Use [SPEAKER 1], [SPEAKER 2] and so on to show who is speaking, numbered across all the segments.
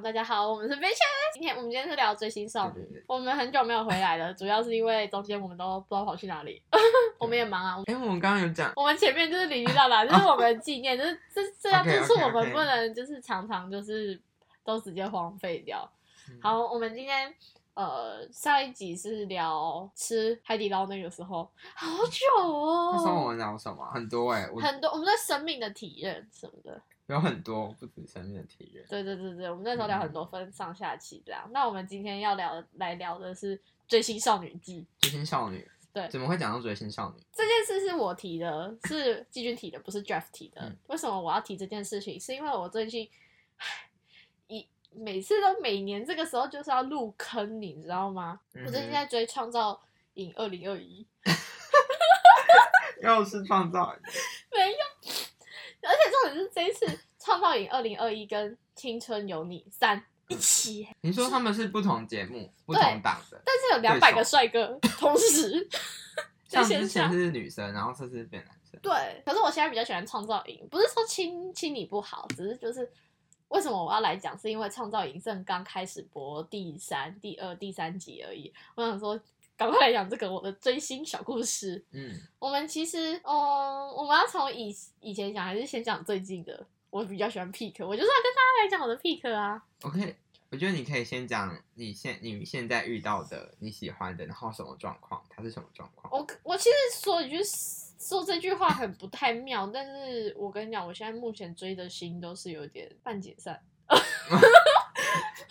[SPEAKER 1] 大家好，我们是 v i c h e s 今天我们今天是聊追星少女，
[SPEAKER 2] 对对对
[SPEAKER 1] 我们很久没有回来了， 主要是因为中间我们都不知道跑去哪里，我们也忙啊。
[SPEAKER 2] 哎、我们刚刚有讲，
[SPEAKER 1] 我们前面就是里里 啦啦，就是我们纪念，就是这这样，就是
[SPEAKER 2] OK，OK，OK
[SPEAKER 1] 我们不能就是常常就是都直接荒废掉。
[SPEAKER 2] 嗯
[SPEAKER 1] 好，我们今天呃上一集是聊吃海底捞那个时候，好久
[SPEAKER 2] 那时候我
[SPEAKER 1] 哦，
[SPEAKER 2] 们聊什么？很多哎、我
[SPEAKER 1] 很多我们对生命的体验什么的。
[SPEAKER 2] 有很多不止生命的体验。
[SPEAKER 1] 对对对对，我们那时候聊很多分上下期这样。那我们今天要聊来聊的是《追星少女记》
[SPEAKER 2] 追星少女，
[SPEAKER 1] 对
[SPEAKER 2] 怎么会讲到追星少女？
[SPEAKER 1] 这件事，是我提的，是季军提的，不是 Jeff 提的。
[SPEAKER 2] 嗯
[SPEAKER 1] 为什么我要提这件事情？是因为我最近唉一每次都每年这个时候就是要入坑，你知道吗？
[SPEAKER 2] 嗯
[SPEAKER 1] 我最近在追《创造营二零二一》，
[SPEAKER 2] 嗯哼又是创造营，
[SPEAKER 1] 没有，而且重点是这一次《创造营二零二一》跟《青春有你三》一起耶，
[SPEAKER 2] 你说他们是不同节目、不同档的，
[SPEAKER 1] 但是有两百
[SPEAKER 2] 对
[SPEAKER 1] 个帅哥同时 在
[SPEAKER 2] 像
[SPEAKER 1] 线
[SPEAKER 2] 之前
[SPEAKER 1] 上。
[SPEAKER 2] 是女生，然后这次变男生。
[SPEAKER 1] 对，可是我现在比较喜欢创造营，不是说亲亲你不好，只是就是为什么我要来讲，是因为创造营正刚开始播第三、第二、第三集而已。我想说，赶快来讲这个我的追星小故事。
[SPEAKER 2] 嗯，
[SPEAKER 1] 我们其实，嗯，我们要从以以前讲，还是先讲最近的？我比较喜欢 pick，我就是要跟大家来讲我的 pick 啊。
[SPEAKER 2] 我可以，我觉得你可以先讲你现你现在遇到的你喜欢的，然后什么状况，他是什么状况？
[SPEAKER 1] 我我其实说一句说这句话很不太妙，但是我跟你讲，我现在目前追的星都是有点半解散，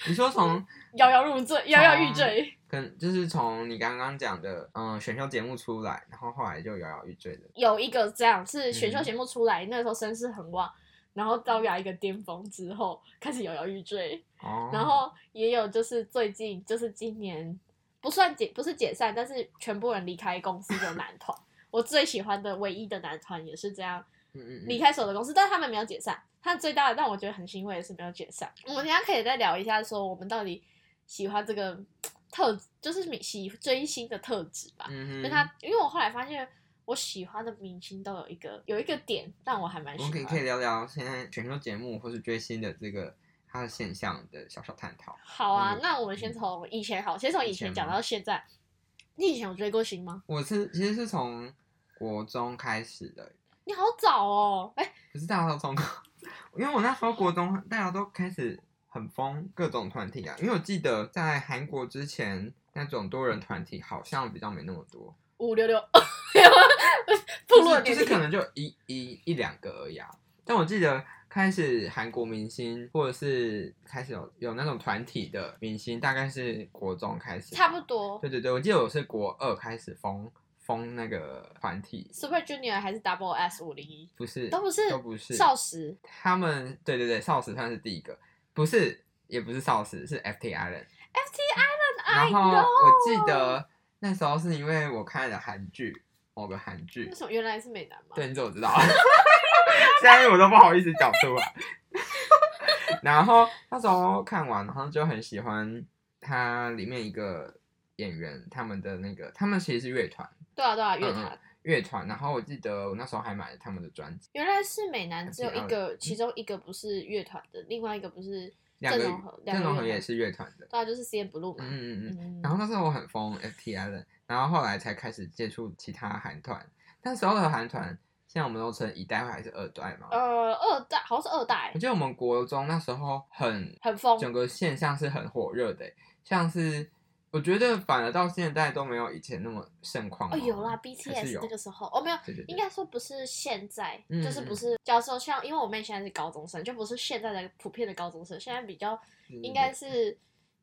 [SPEAKER 2] 你说从
[SPEAKER 1] 摇摇入坠，摇摇欲坠。
[SPEAKER 2] 跟就是从你刚刚讲的，嗯，选秀节目出来，然后后来就摇摇欲坠的，
[SPEAKER 1] 有一个这样是选秀
[SPEAKER 2] 嗯
[SPEAKER 1] 节目出来，那时候声势很旺，然后到达一个巅峰之后开始摇摇欲坠，
[SPEAKER 2] 哦，
[SPEAKER 1] 然后也有就是最近就是今年不算解不是解散，但是全部人离开公司的男 团，我最喜欢的唯一的男团也是这样
[SPEAKER 2] 嗯嗯嗯
[SPEAKER 1] 离开所有的公司，但是他们没有解散。他最大的让我觉得很欣慰的是没有解散。我们等一下可以再聊一下，说我们到底喜欢这个特，就是喜追星的特质吧。
[SPEAKER 2] 嗯
[SPEAKER 1] 跟
[SPEAKER 2] 哼，
[SPEAKER 1] 他，因为我后来发现我喜欢的明星都有一个有一个点让我还蛮
[SPEAKER 2] 我
[SPEAKER 1] 喜欢
[SPEAKER 2] 们可
[SPEAKER 1] 的。
[SPEAKER 2] 以可以聊聊现在选秀节目或是追星的这个它的现象的小小探讨。
[SPEAKER 1] 好啊
[SPEAKER 2] 嗯，
[SPEAKER 1] 那我们先从以前好，先从以前讲到现在。你以前有追过星吗？
[SPEAKER 2] 我是其实是从国中开始的，
[SPEAKER 1] 你好早哦，哎、
[SPEAKER 2] 不是大家都从， 因为我那时候国中大家都开始很疯各种团体啊，因为我记得在韩国之前那种多人团体好像比较没那么多，
[SPEAKER 1] 五六六，没有部落
[SPEAKER 2] 就
[SPEAKER 1] 年
[SPEAKER 2] 是可
[SPEAKER 1] 龄
[SPEAKER 2] 能就一一一两个而已啊。但我记得开始韩国明星或者是开始有有那种团体的明星，大概是国中开始吧，
[SPEAKER 1] 差不多
[SPEAKER 2] 对对对，我记得我是国二开始封封那个团体，
[SPEAKER 1] ，Super Junior 还是 Double S 五零一，
[SPEAKER 2] 不是
[SPEAKER 1] 都不是
[SPEAKER 2] 都不是
[SPEAKER 1] 少时
[SPEAKER 2] 他们对对对，少时算是第一个，不是也不是少时，是 FT Island。
[SPEAKER 1] FT
[SPEAKER 2] 然
[SPEAKER 1] Island，I
[SPEAKER 2] 后
[SPEAKER 1] know。
[SPEAKER 2] 我记得那时候是因为我看了韩剧，某个韩剧
[SPEAKER 1] 为，什么原来是美男吗？
[SPEAKER 2] 对，你怎么知道？ 现在我都不好意思讲出来。 然后那时候看完，然后就很喜欢他里面一个演员，他们的那个，他们其实是乐团，
[SPEAKER 1] 对啊对啊，乐
[SPEAKER 2] 嗯
[SPEAKER 1] 坛、
[SPEAKER 2] 乐团。然后我记得我那时候还买了他们的专辑，
[SPEAKER 1] 原来是美男只有
[SPEAKER 2] FT
[SPEAKER 1] 一个，其中一个不是乐团的，另外一个不是
[SPEAKER 2] 嗯两
[SPEAKER 1] 郑
[SPEAKER 2] 个
[SPEAKER 1] 容和，两
[SPEAKER 2] 郑
[SPEAKER 1] 个
[SPEAKER 2] 容
[SPEAKER 1] 乐团
[SPEAKER 2] 和也是乐团的。
[SPEAKER 1] 对啊，就是 C N Blue 嘛。
[SPEAKER 2] 嗯嗯嗯。
[SPEAKER 1] 嗯
[SPEAKER 2] 然后那时候我很疯 FT Island，然后后来才开始接触其他韩团。那时候的韩团，现在我们都称一代还是二代嘛？
[SPEAKER 1] 呃，二代好像是二代
[SPEAKER 2] 我，记得我们国中那时候很
[SPEAKER 1] 很疯。
[SPEAKER 2] 整个现象是很火热的欸、像是我觉得反而到现在都没有以前那么盛况
[SPEAKER 1] 哦，
[SPEAKER 2] 了。
[SPEAKER 1] 有啦
[SPEAKER 2] 还是
[SPEAKER 1] ，BTS
[SPEAKER 2] 有
[SPEAKER 1] 那个时候，哦，没有，
[SPEAKER 2] 对对对
[SPEAKER 1] 应该说不是现在，
[SPEAKER 2] 嗯
[SPEAKER 1] 就是不是，假如说像，因为我妹现在是高中生，就不是现在的普遍的高中生，现在比较
[SPEAKER 2] 对对嗯
[SPEAKER 1] 应该是。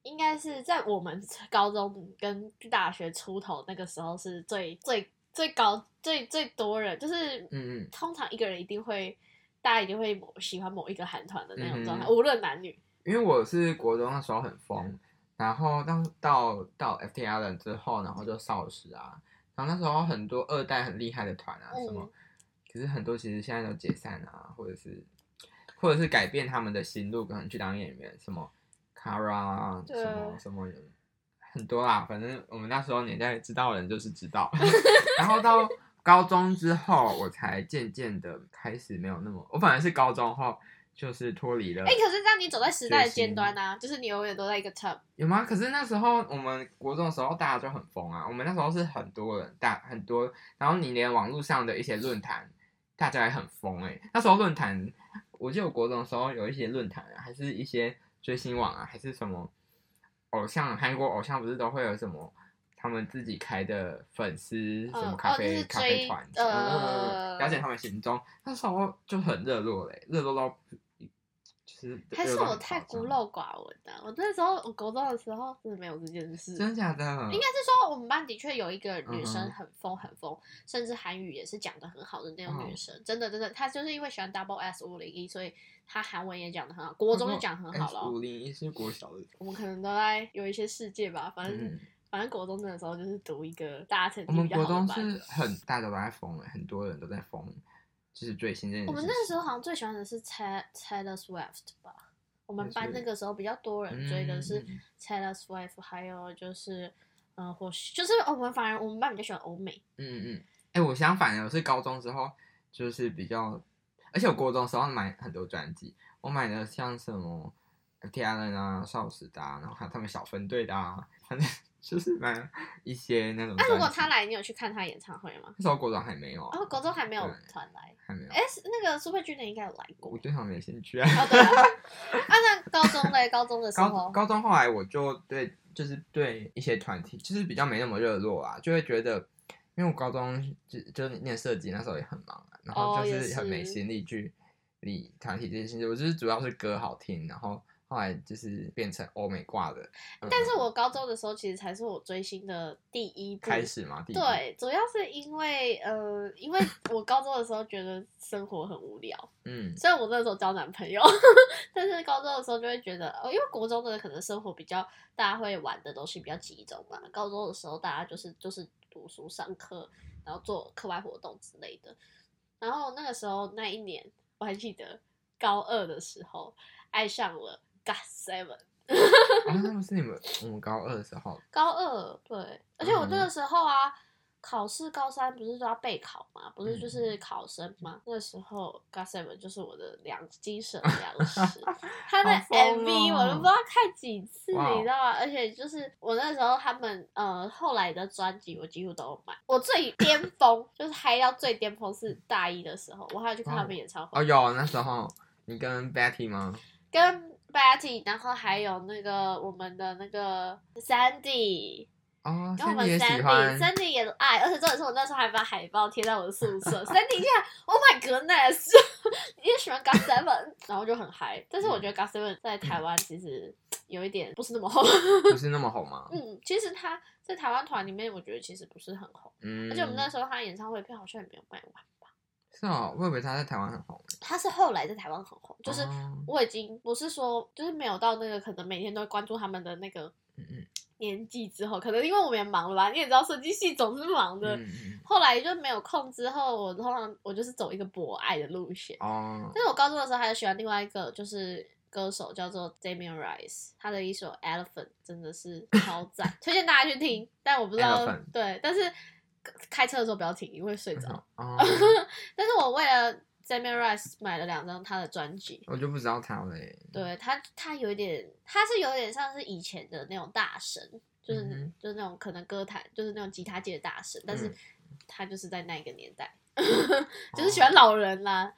[SPEAKER 1] 应该是在我们高中跟大学出头那个时候是最最最高最最多人，就是
[SPEAKER 2] 嗯嗯
[SPEAKER 1] 通常一个人一定会，大家一定会某喜欢某一个韩团的那种状态，
[SPEAKER 2] 嗯
[SPEAKER 1] 无论男女。
[SPEAKER 2] 因为我是国中那时候很疯，然后到到到 FT Island 之后，然后就少时啊，然后那时候很多二代很厉害的团啊
[SPEAKER 1] 嗯
[SPEAKER 2] 什么，可是很多其实现在都解散啊，或者是或者是改变他们的心路，可能去当演员，什么 Kara 啊
[SPEAKER 1] 对
[SPEAKER 2] 什么什么人很多啦，反正我们那时候年代知道的人就是知道， 然后到。高中之后，我才渐渐的开始没有那么，我反而是高中后就是脱离了
[SPEAKER 1] 哎、。可是让你走在时代的
[SPEAKER 2] 嗯决心
[SPEAKER 1] 尖端啊，就是你永远都在一个 top。
[SPEAKER 2] 有吗？可是那时候我们国中的时候，大家就很疯啊。我们那时候是很多人，大很多，然后你连网络上的一些论坛，大家也很疯哎、那时候论坛，我记得我国中的时候有一些论坛啊，还是一些追星网啊，还是什么偶像，韩国偶像不是都会有什么他们自己开的粉丝什么
[SPEAKER 1] 嗯
[SPEAKER 2] 咖
[SPEAKER 1] 哦就
[SPEAKER 2] 啡、
[SPEAKER 1] 是
[SPEAKER 2] 咖啡
[SPEAKER 1] 追
[SPEAKER 2] 团，
[SPEAKER 1] 呃
[SPEAKER 2] 嗯嗯嗯嗯了解他们行踪。那时候就很热络嘞、热络到就是
[SPEAKER 1] 还是
[SPEAKER 2] 热络
[SPEAKER 1] 我
[SPEAKER 2] 到很
[SPEAKER 1] 太
[SPEAKER 2] 夸
[SPEAKER 1] 孤
[SPEAKER 2] 张
[SPEAKER 1] 陋寡闻了、我那时候我国中的时候真的没有这件事。
[SPEAKER 2] 真的假的？
[SPEAKER 1] 应该是说我们班的确有一个女
[SPEAKER 2] 嗯哼
[SPEAKER 1] 生很疯很疯，甚至韩语也是讲的很好的那种女
[SPEAKER 2] 嗯
[SPEAKER 1] 生，真的真的，她就是因为喜欢 Double S 五零一，所以她韩文也讲的很好，
[SPEAKER 2] 嗯
[SPEAKER 1] 国中就讲很好了哦。
[SPEAKER 2] 五零一是国小的，
[SPEAKER 1] 我们可能都在有一些世界吧，反正、
[SPEAKER 2] 嗯，
[SPEAKER 1] 反正国中那个时候就是读一个大家成
[SPEAKER 2] 我
[SPEAKER 1] 绩
[SPEAKER 2] 们
[SPEAKER 1] 比较
[SPEAKER 2] 国
[SPEAKER 1] 好的
[SPEAKER 2] 中
[SPEAKER 1] 班。
[SPEAKER 2] 是很大家都在疯欸，很多人都在疯，就是追星这件事
[SPEAKER 1] 我
[SPEAKER 2] 情。
[SPEAKER 1] 们那个时候好像最喜欢的是 Tay- Taylor Swift 吧。我们班
[SPEAKER 2] 就是
[SPEAKER 1] 那个时候比较多人追的是
[SPEAKER 2] 嗯嗯
[SPEAKER 1] Taylor Swift，还有就是，嗯、或许就是我们反而我们班比较喜欢欧美，
[SPEAKER 2] 嗯嗯，哎、我相反的，我是高中之后就是比较，而且我国中的时候买很多专辑，我买的像什么 T R N 啊、少时的、啊，然后还有他们小分队的啊，反正 就是买了一些那种专辑。
[SPEAKER 1] 那如果他来，你有去看他演唱会吗？
[SPEAKER 2] 那时候国中还没有啊，
[SPEAKER 1] 哦，国中还没有
[SPEAKER 2] 对
[SPEAKER 1] 团来。
[SPEAKER 2] 还没有，
[SPEAKER 1] 哎、是那个苏慧君的应该有来过。
[SPEAKER 2] 我
[SPEAKER 1] 哦，
[SPEAKER 2] 对他们没兴趣啊。
[SPEAKER 1] 对啊。啊，那高中嘞？高中的时
[SPEAKER 2] 高
[SPEAKER 1] 候，
[SPEAKER 2] 高中后来我就对，就是对一些团体，就是比较没那么热络啊，就会觉得，因为我高中就就是念设计那时候也很忙、啊，然后
[SPEAKER 1] 哦
[SPEAKER 2] 就
[SPEAKER 1] 也
[SPEAKER 2] 是很没
[SPEAKER 1] 是
[SPEAKER 2] 心力去理团体这些事情。我就是主要是歌好听，然后后来就是变成欧美挂的。嗯
[SPEAKER 1] 但是我高中的时候其实才是我追星的第一步。
[SPEAKER 2] 开始嘛，第一
[SPEAKER 1] 嗯对，主要是因为呃，因为我高中的时候觉得生活很无聊，
[SPEAKER 2] 嗯
[SPEAKER 1] 虽然我那时候交男朋友， 但是高中的时候就会觉得，哦，因为国中的可能生活比较，大家会玩的东西比较集中嘛。高中的时候大家就是就是读书、上课，然后做课外活动之类的。然后那个时候那一年，我还记得高二的时候爱上了 God Seven。
[SPEAKER 2] 啊，那是你们我们高二的时候，
[SPEAKER 1] 高二对，而且我
[SPEAKER 2] 嗯
[SPEAKER 1] 那个时候啊，考试高三不是都要备考嘛，不
[SPEAKER 2] 嗯
[SPEAKER 1] 是就是考生嘛。那时候 g o s e v e n 就是我的良精神粮 食，他的
[SPEAKER 2] 好疯
[SPEAKER 1] MV
[SPEAKER 2] 哦
[SPEAKER 1] 我都不知道看几次，
[SPEAKER 2] 哇哦
[SPEAKER 1] 你知道吗？而且就是我那时候他们呃后来的专辑我几乎都有买，我最巅峰就是嗨到最巅峰是大一的时候，我还有去看他们演唱会
[SPEAKER 2] 哦，，有那时候你跟 Betty 吗？
[SPEAKER 1] 跟 Betty，然后还有那个我们的那个 Sandy。
[SPEAKER 2] 哦，
[SPEAKER 1] 然后我
[SPEAKER 2] 你
[SPEAKER 1] 们
[SPEAKER 2] 也喜
[SPEAKER 1] Sandy
[SPEAKER 2] 欢
[SPEAKER 1] Sandy 也爱，而且重点是我那时候还把海报贴在我的 宿舍。Sandy 竟然 Oh my goodness，你 也喜欢 God Seven，然 后就很嗨。但是我觉得
[SPEAKER 2] 嗯
[SPEAKER 1] God Seven 在台湾其实有一点不是那么红。
[SPEAKER 2] 不是那么红吗？
[SPEAKER 1] 嗯，其实他在台湾团里面，我觉得其实不是很红。
[SPEAKER 2] 嗯，
[SPEAKER 1] 而且我们那时候他演唱会票好像也没有卖完吧？
[SPEAKER 2] 是哦，我以为他在台湾很红，
[SPEAKER 1] 他是后来在台湾很红，就是
[SPEAKER 2] 哦
[SPEAKER 1] 我已经不是说就是没有到那个可能每天都会关注他们的那个
[SPEAKER 2] 嗯嗯
[SPEAKER 1] 年纪之后，可能因为我们也忙了吧，你也知道设计系总是忙的。
[SPEAKER 2] 嗯嗯
[SPEAKER 1] 后来就没有空，之后我通常我就是走一个博爱的路线。
[SPEAKER 2] 哦，
[SPEAKER 1] 但是我高中的时候还是喜欢另外一个，就是歌手叫做 Damian Rice，他的一首 Elephant 真的是超赞，推荐大家去听。但我不知道
[SPEAKER 2] Elephant
[SPEAKER 1] 对，但是开车的时候不要听，因为睡 着。
[SPEAKER 2] 哦，
[SPEAKER 1] 但是我为了 Damian Rice 买了两张他的专辑，
[SPEAKER 2] 我就不知道他嘞。
[SPEAKER 1] 对他，他有一点，他是有点像是以前的那种大神，就是、
[SPEAKER 2] 嗯哼
[SPEAKER 1] 就是那种可能歌坛就是那种吉他界的大神，但是
[SPEAKER 2] 嗯
[SPEAKER 1] 他就是在那一个年 代，就是喜欢
[SPEAKER 2] 哦
[SPEAKER 1] 老人啦。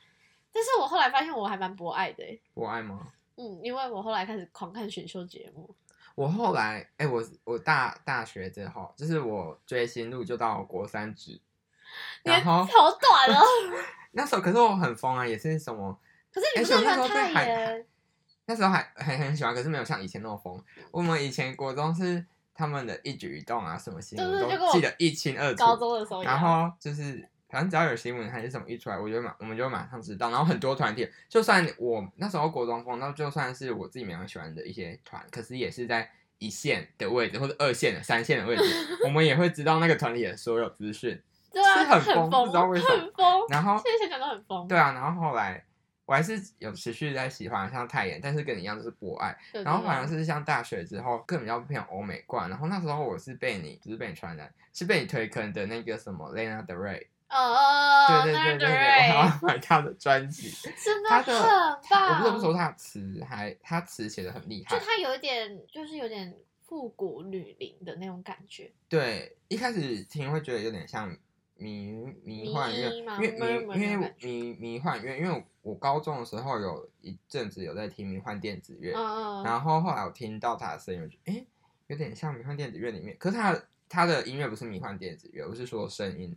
[SPEAKER 1] 但是我后来发现我还蛮博爱的欸、
[SPEAKER 2] 我爱吗？
[SPEAKER 1] 嗯，因为我后来开始狂看选秀节目，
[SPEAKER 2] 我后来，哎、我我大大学之后，就是我追星路就到国三止，然后
[SPEAKER 1] 你的好短哦。
[SPEAKER 2] 那时候可是我很疯啊，也是什么，
[SPEAKER 1] 可是你
[SPEAKER 2] 而
[SPEAKER 1] 不
[SPEAKER 2] 且
[SPEAKER 1] 是喜欢
[SPEAKER 2] 我哎那时候对
[SPEAKER 1] 泰
[SPEAKER 2] 韩
[SPEAKER 1] 妍，，
[SPEAKER 2] 那时候还很很喜欢，可是没有像以前那么疯。我们以前国中是他们的一举一动啊，什么新闻
[SPEAKER 1] 对对就跟
[SPEAKER 2] 都
[SPEAKER 1] 我
[SPEAKER 2] 记得一清二楚，
[SPEAKER 1] 高中的时候哦也
[SPEAKER 2] 然后就是，反正只要有新闻还是什么一出来，我就马我们就会马上知道。然后很多团体，就算我那时候国中风，那就算是我自己没有很喜欢的一些团，可是也是在一线的位置或者二线的、三线的位置，我们也会知道那个团体的所有资讯。
[SPEAKER 1] 对啊，
[SPEAKER 2] 是很
[SPEAKER 1] 很
[SPEAKER 2] 疯不知道为什么
[SPEAKER 1] 很疯。
[SPEAKER 2] 然后
[SPEAKER 1] 现在想想都很疯。
[SPEAKER 2] 对啊，然后后来我还是有持续在喜欢像泰妍，但是跟你一样就是博爱。
[SPEAKER 1] 对，
[SPEAKER 2] 然后
[SPEAKER 1] 对
[SPEAKER 2] 反而是像大学之后，更比较偏欧美挂。然后那时候我是被你，不是被你传染，是被你推坑的那个什么 Lana Del Rey，
[SPEAKER 1] 哦，
[SPEAKER 2] 对对对对对，我还要买他的专辑。
[SPEAKER 1] 真的
[SPEAKER 2] 他的
[SPEAKER 1] 很
[SPEAKER 2] 我
[SPEAKER 1] 棒。
[SPEAKER 2] 不得不说，他的词还他词写的很厉害
[SPEAKER 1] 就。它有一点，就是有点复古女伶的那种感觉。
[SPEAKER 2] 对，一开始听会觉得有点像迷迷幻乐，
[SPEAKER 1] 迷吗
[SPEAKER 2] 因为迷
[SPEAKER 1] murmur 那
[SPEAKER 2] 因为
[SPEAKER 1] 种
[SPEAKER 2] 迷迷幻乐，因为我高中的时候有一阵子有在听迷幻电子乐，
[SPEAKER 1] 嗯嗯，
[SPEAKER 2] 然后后来我听到他的声音，我就哎、诶有点像迷幻电子乐里面，可是他的他的音乐不是迷幻电子乐，我是说声音。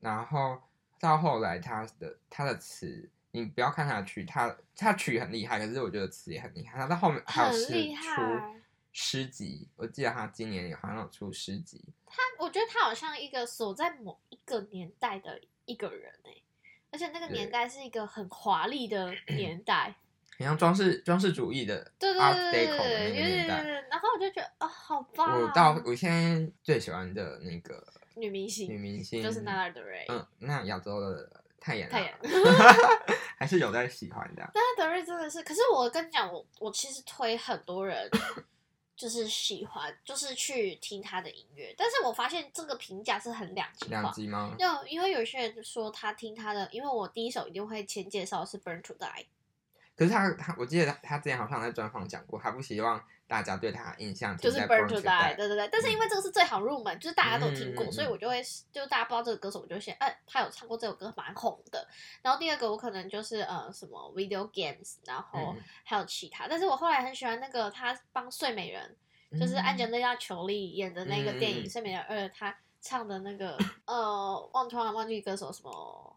[SPEAKER 2] 然后到后来他的他的词，你不要看他的曲，他他曲很厉害，可是我觉得词也很厉害。他到后面还有
[SPEAKER 1] 很
[SPEAKER 2] 是
[SPEAKER 1] 厉
[SPEAKER 2] 出
[SPEAKER 1] 害
[SPEAKER 2] 诗集，我记得他今年有好像有出诗集，
[SPEAKER 1] 他我觉得他好像一个所在某一个年代的一个人哎、而且那个
[SPEAKER 2] 对
[SPEAKER 1] 年代是一个很华丽 的年代。
[SPEAKER 2] 很像装饰装饰主义的
[SPEAKER 1] 对对
[SPEAKER 2] Art
[SPEAKER 1] 对对对
[SPEAKER 2] Deco 的那个
[SPEAKER 1] 对对
[SPEAKER 2] 年代。
[SPEAKER 1] 对。然后我就觉得啊、好棒！
[SPEAKER 2] 我到我现在最喜欢的那个
[SPEAKER 1] 女明
[SPEAKER 2] 女
[SPEAKER 1] 星
[SPEAKER 2] 明星
[SPEAKER 1] 就是娜 a 德瑞，
[SPEAKER 2] 嗯，那亚洲的太阳、啊，
[SPEAKER 1] 太阳
[SPEAKER 2] 还是有在喜欢的啊、
[SPEAKER 1] 娜德瑞真的是，可是我跟你讲，我我其实推很多 人，就是喜欢，就是去听他的音乐，但是我发现这个评价是很两极
[SPEAKER 2] 两
[SPEAKER 1] 化。
[SPEAKER 2] 集吗？
[SPEAKER 1] 就因为有些人就说他听他的，因为我第一首一定会先介绍的是《Burn to Die》，
[SPEAKER 2] 可是他他，我记得他他之前好像在专访讲过，他不希望大家对他的印象
[SPEAKER 1] 就
[SPEAKER 2] 停
[SPEAKER 1] 是
[SPEAKER 2] 在
[SPEAKER 1] 《
[SPEAKER 2] 《
[SPEAKER 1] Burn
[SPEAKER 2] to
[SPEAKER 1] to Die》，
[SPEAKER 2] Die》。嗯
[SPEAKER 1] 对对对。但是因为这个是最好入门，就是大家都听过，
[SPEAKER 2] 嗯嗯嗯
[SPEAKER 1] 所以我就会就大家不知道这个歌手，我就先，哎、他有唱过这首歌，蛮红的。然后第二个我可能就是呃什么 Video Games，然后
[SPEAKER 2] 嗯
[SPEAKER 1] 还有其他。但是我后来很喜欢那个他帮睡美人就是安吉
[SPEAKER 2] 全。
[SPEAKER 1] 丽娜·裘丽演的那个电影
[SPEAKER 2] 嗯
[SPEAKER 1] 《睡美人二》，她唱的那个呃，忘突然忘记歌手什么，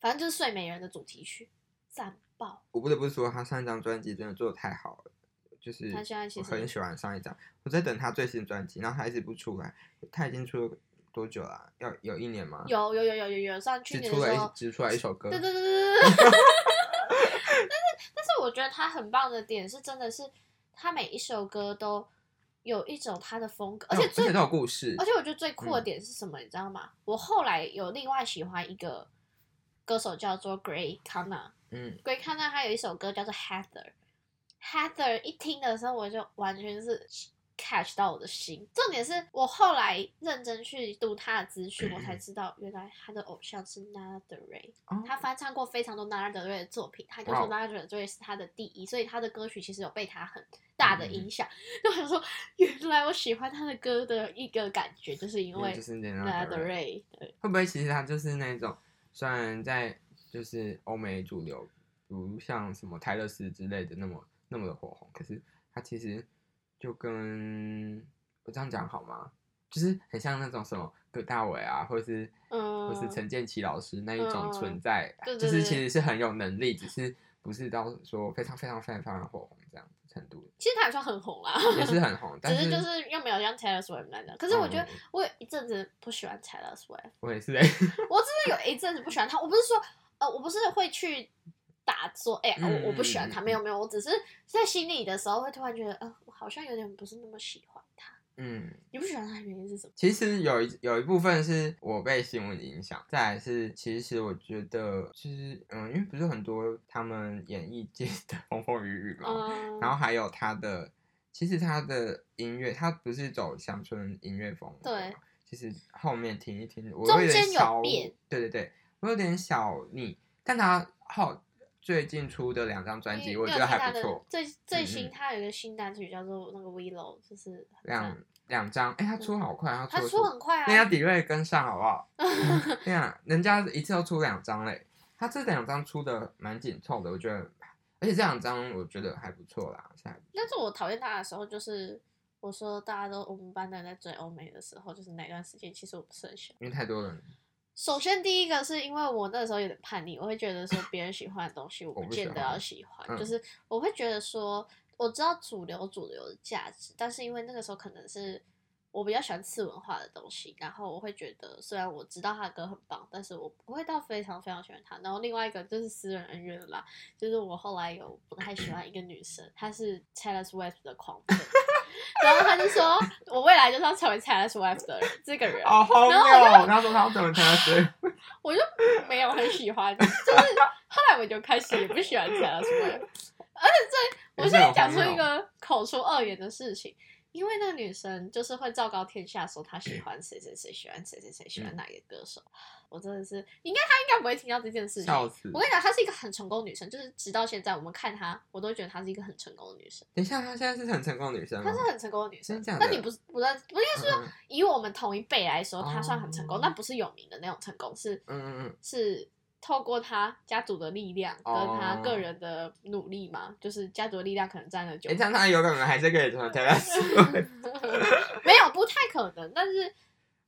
[SPEAKER 1] 反正就是《睡美人》的主题曲，赞爆！
[SPEAKER 2] 我不得不说，他上一张专辑真的做的太好了，就是
[SPEAKER 1] 他现在其
[SPEAKER 2] 我
[SPEAKER 1] 实
[SPEAKER 2] 很喜欢上一张。我在等他最新专辑，然后他一直不出来。他已经出了多久了啊？要有一年吗？
[SPEAKER 1] 有有有有有有，上去
[SPEAKER 2] 只
[SPEAKER 1] 年
[SPEAKER 2] 出
[SPEAKER 1] 的
[SPEAKER 2] 了
[SPEAKER 1] 时
[SPEAKER 2] 一
[SPEAKER 1] 候，
[SPEAKER 2] 只出来一首歌。
[SPEAKER 1] 对 对对对 对。对但是但是我觉得他很棒的点是，真的是他每一首歌都有一种他的风格，而且
[SPEAKER 2] 哦而且
[SPEAKER 1] 最
[SPEAKER 2] 都有故事
[SPEAKER 1] 而。且我觉得最酷的
[SPEAKER 2] 嗯
[SPEAKER 1] 点是什么，你知道吗？我后来有另外喜欢一个歌手叫做 Gray Kana。
[SPEAKER 2] 嗯，
[SPEAKER 1] Grey k a n a 他有一首歌叫做 Heather。Heather 一听的时候，我就完全是 catch 到我的心。重点是我后来认真去读他的资讯，我才知道原来他的偶像是 Lana Del Rey。
[SPEAKER 2] 哦
[SPEAKER 1] 他翻唱过非常多 Lana Del Rey 的作品，他就说 Lana Del Rey 是他的第一，所以他的歌曲其实有被他很大的影响。
[SPEAKER 2] 嗯
[SPEAKER 1] 那我想说，原来我喜欢他的歌的一个感觉，就是因
[SPEAKER 2] 因为
[SPEAKER 1] 为
[SPEAKER 2] 就是那
[SPEAKER 1] Lana
[SPEAKER 2] 个
[SPEAKER 1] Del Rey。对，啊
[SPEAKER 2] 会不会其实他就是那种，虽然在就是欧美主流，比如像什么泰勒斯之类的那么那么的火红，可是他其实就跟我这样讲好吗？就是很像那种什么葛大伟啊，或是、
[SPEAKER 1] 嗯
[SPEAKER 2] 或是陈建奇老师那一种
[SPEAKER 1] 嗯
[SPEAKER 2] 存在，啊
[SPEAKER 1] 对对
[SPEAKER 2] 就是
[SPEAKER 1] 对
[SPEAKER 2] 其实是很有能力，只是不是到说非常非常非常非常火红这样的程度，
[SPEAKER 1] 其实他也算很红啦。
[SPEAKER 2] 也是很红，但
[SPEAKER 1] 只是
[SPEAKER 2] 是
[SPEAKER 1] 就是又没有像 Taylor Swift 那样。可是我觉得
[SPEAKER 2] 嗯
[SPEAKER 1] 我有一阵子不喜欢 Taylor Swift，
[SPEAKER 2] 我也是 在
[SPEAKER 1] 我真的有一阵子不喜欢他。我不是说呃，我不是会去打说，哎、呀，
[SPEAKER 2] 嗯
[SPEAKER 1] 我我不喜欢他，
[SPEAKER 2] 嗯
[SPEAKER 1] 没有没有，我只是在心里的时候会突然觉得，呃，我好像有点不是那么喜欢他。
[SPEAKER 2] 嗯。
[SPEAKER 1] 你不喜欢他的原因是什么？
[SPEAKER 2] 其实有一有一部分是我被新闻影响，再来是其实我觉得就是嗯，因为不是很多他们演艺界的 风风雨雨嘛，
[SPEAKER 1] 嗯，
[SPEAKER 2] 然后还有他的，其实他的音乐他不是走乡村音乐风格嘛
[SPEAKER 1] 对，
[SPEAKER 2] 其实后面听一听，我
[SPEAKER 1] 中
[SPEAKER 2] 有点
[SPEAKER 1] 间有
[SPEAKER 2] 小，
[SPEAKER 1] 变
[SPEAKER 2] 对对对，我有点小腻，但他后最近出的两张专
[SPEAKER 1] 你
[SPEAKER 2] 辑，
[SPEAKER 1] 你有
[SPEAKER 2] 我觉
[SPEAKER 1] 听
[SPEAKER 2] 得
[SPEAKER 1] 他
[SPEAKER 2] 还不
[SPEAKER 1] 的
[SPEAKER 2] 错，
[SPEAKER 1] 最最
[SPEAKER 2] 嗯嗯
[SPEAKER 1] 新他有一个新单曲叫做那个 Willow，就是很
[SPEAKER 2] 两
[SPEAKER 1] 赞
[SPEAKER 2] 两张，哎，他出好快，他出
[SPEAKER 1] 嗯他
[SPEAKER 2] 得
[SPEAKER 1] 出很快
[SPEAKER 2] 那家
[SPEAKER 1] 啊，
[SPEAKER 2] 底瑞跟上好不好？ 对啊，人家一次要出两张嘞，他这两张出的蛮紧凑的，我觉得，而且这两张我觉得还不错啦，是还不
[SPEAKER 1] 但是我讨厌他的时候就是。我说大家都我们班的人在追欧美的时候，就是那段时间，其实我不是很喜欢。
[SPEAKER 2] 因为太多 人，
[SPEAKER 1] 首先，第一个是因为我那时候有点叛逆，我会觉得说别人喜欢的东西，我
[SPEAKER 2] 我
[SPEAKER 1] 不
[SPEAKER 2] 不喜
[SPEAKER 1] 见得
[SPEAKER 2] 欢
[SPEAKER 1] 要喜欢，
[SPEAKER 2] 嗯
[SPEAKER 1] 就是我会觉得说，我知道主流有主流的价值，但是因为那个时候可能是我比较喜欢次文化的东西，然后我会觉得虽然我知道他的歌很棒，但是我不会到非常非常喜欢他。然后另外一个就是私人恩怨啦，就是我后来有不太喜欢一个女生，她是 Taylor Swift 的狂粉。 然后他就说，我未来就是要成为 Taylor Swift 的人，这个人。
[SPEAKER 2] 哦，荒谬！
[SPEAKER 1] 然后
[SPEAKER 2] 然后说他要怎 么参加谁？
[SPEAKER 1] 我就没有很喜欢，就是后来我就开始也不
[SPEAKER 2] 哦
[SPEAKER 1] 喜欢 Taylor Swift，而且最我现在讲出一个口出恶言的事情，因为那个女生就是会昭告天下说她喜欢谁谁谁，喜欢谁谁谁，喜欢哪一个歌手。我真的是，应该她应该不会听到这件事情。
[SPEAKER 2] 笑死
[SPEAKER 1] 我！跟你讲，她是一个很成功的女生，就是直到现在，我们看她，我都觉得她是一个很成功的女生。
[SPEAKER 2] 等一下，她现在是很成功的女生吗
[SPEAKER 1] 她？是很成功的女生
[SPEAKER 2] 嗯真的假，的
[SPEAKER 1] 那你不是不认不应该说
[SPEAKER 2] 嗯嗯
[SPEAKER 1] 以我们同一辈来说，她算很成
[SPEAKER 2] 哦
[SPEAKER 1] 功，但不是有名的那种成功，是
[SPEAKER 2] 嗯嗯嗯
[SPEAKER 1] 是透过她家族的力量跟她
[SPEAKER 2] 哦
[SPEAKER 1] 个人的努力嘛，就是家族的力量可能占了九
[SPEAKER 2] 哎、这样她有可能还是可以成 Taylor Swift
[SPEAKER 1] 没有，不太可能。但是，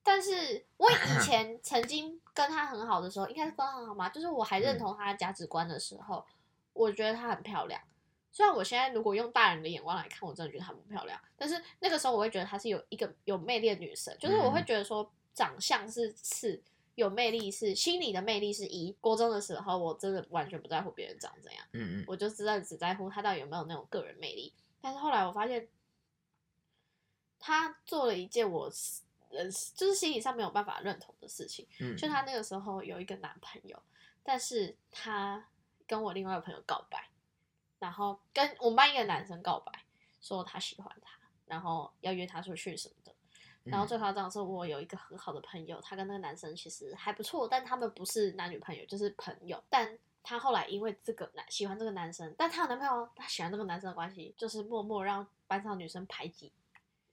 [SPEAKER 1] 但是我以前曾经跟他很好的时候，应该是跟他很好嘛，就是我还认同他的价值观的时候，我觉得她很漂亮。虽然我现在如果用大人的眼光来看，我真的觉得她不漂亮，但是那个时候我会觉得她是有一个有魅力的女生，就是我会觉得说长相是次，有魅力是心理的魅力是一。国中的时候，我真的完全不在乎别人长怎样。
[SPEAKER 2] 嗯嗯
[SPEAKER 1] 我就知道只在乎他到底有没有那种个人魅力。但是后来我发现，他做了一件我人就是心理上没有办法认同的事情。
[SPEAKER 2] 嗯，
[SPEAKER 1] 就他那个时候有一个男朋友，但是他跟我另外一个朋友告白，然后跟我们班一个男生告白，说他喜欢他，然后要约他出去什么的。
[SPEAKER 2] 嗯
[SPEAKER 1] 然后最夸张的是，我有一个很好的朋友，他跟那个男生其实还不错，但他们不是男女朋友，就是朋友。但她后来因为这个男喜欢这个男生，但她有男朋友，她喜欢这个男生的关系，就是默默让班上女生排挤，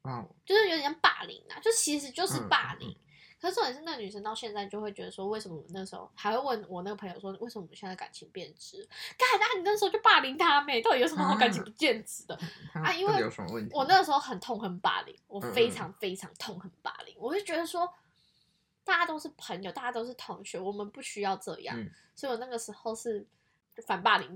[SPEAKER 2] 哇哦，
[SPEAKER 1] 就是有点像霸凌啊，就其实就是
[SPEAKER 2] 嗯
[SPEAKER 1] 霸
[SPEAKER 2] 嗯
[SPEAKER 1] 凌。可是重点是，那个女生到现在就会觉得说，为什么我那时候还会问我那个朋友说，为什么我们现在感情变质？干，那你那时候就霸凌他妹，到底有什么好 感情不变质的？
[SPEAKER 2] 她
[SPEAKER 1] 啊因为
[SPEAKER 2] 到底有什么问题？
[SPEAKER 1] 我那个时候很痛恨霸凌，我
[SPEAKER 2] 嗯嗯
[SPEAKER 1] 非常非常痛恨霸凌，我就觉得说，大家都是朋友，大家都是同学，我们不需要这样，
[SPEAKER 2] 嗯
[SPEAKER 1] 所以我那个时候是反霸凌，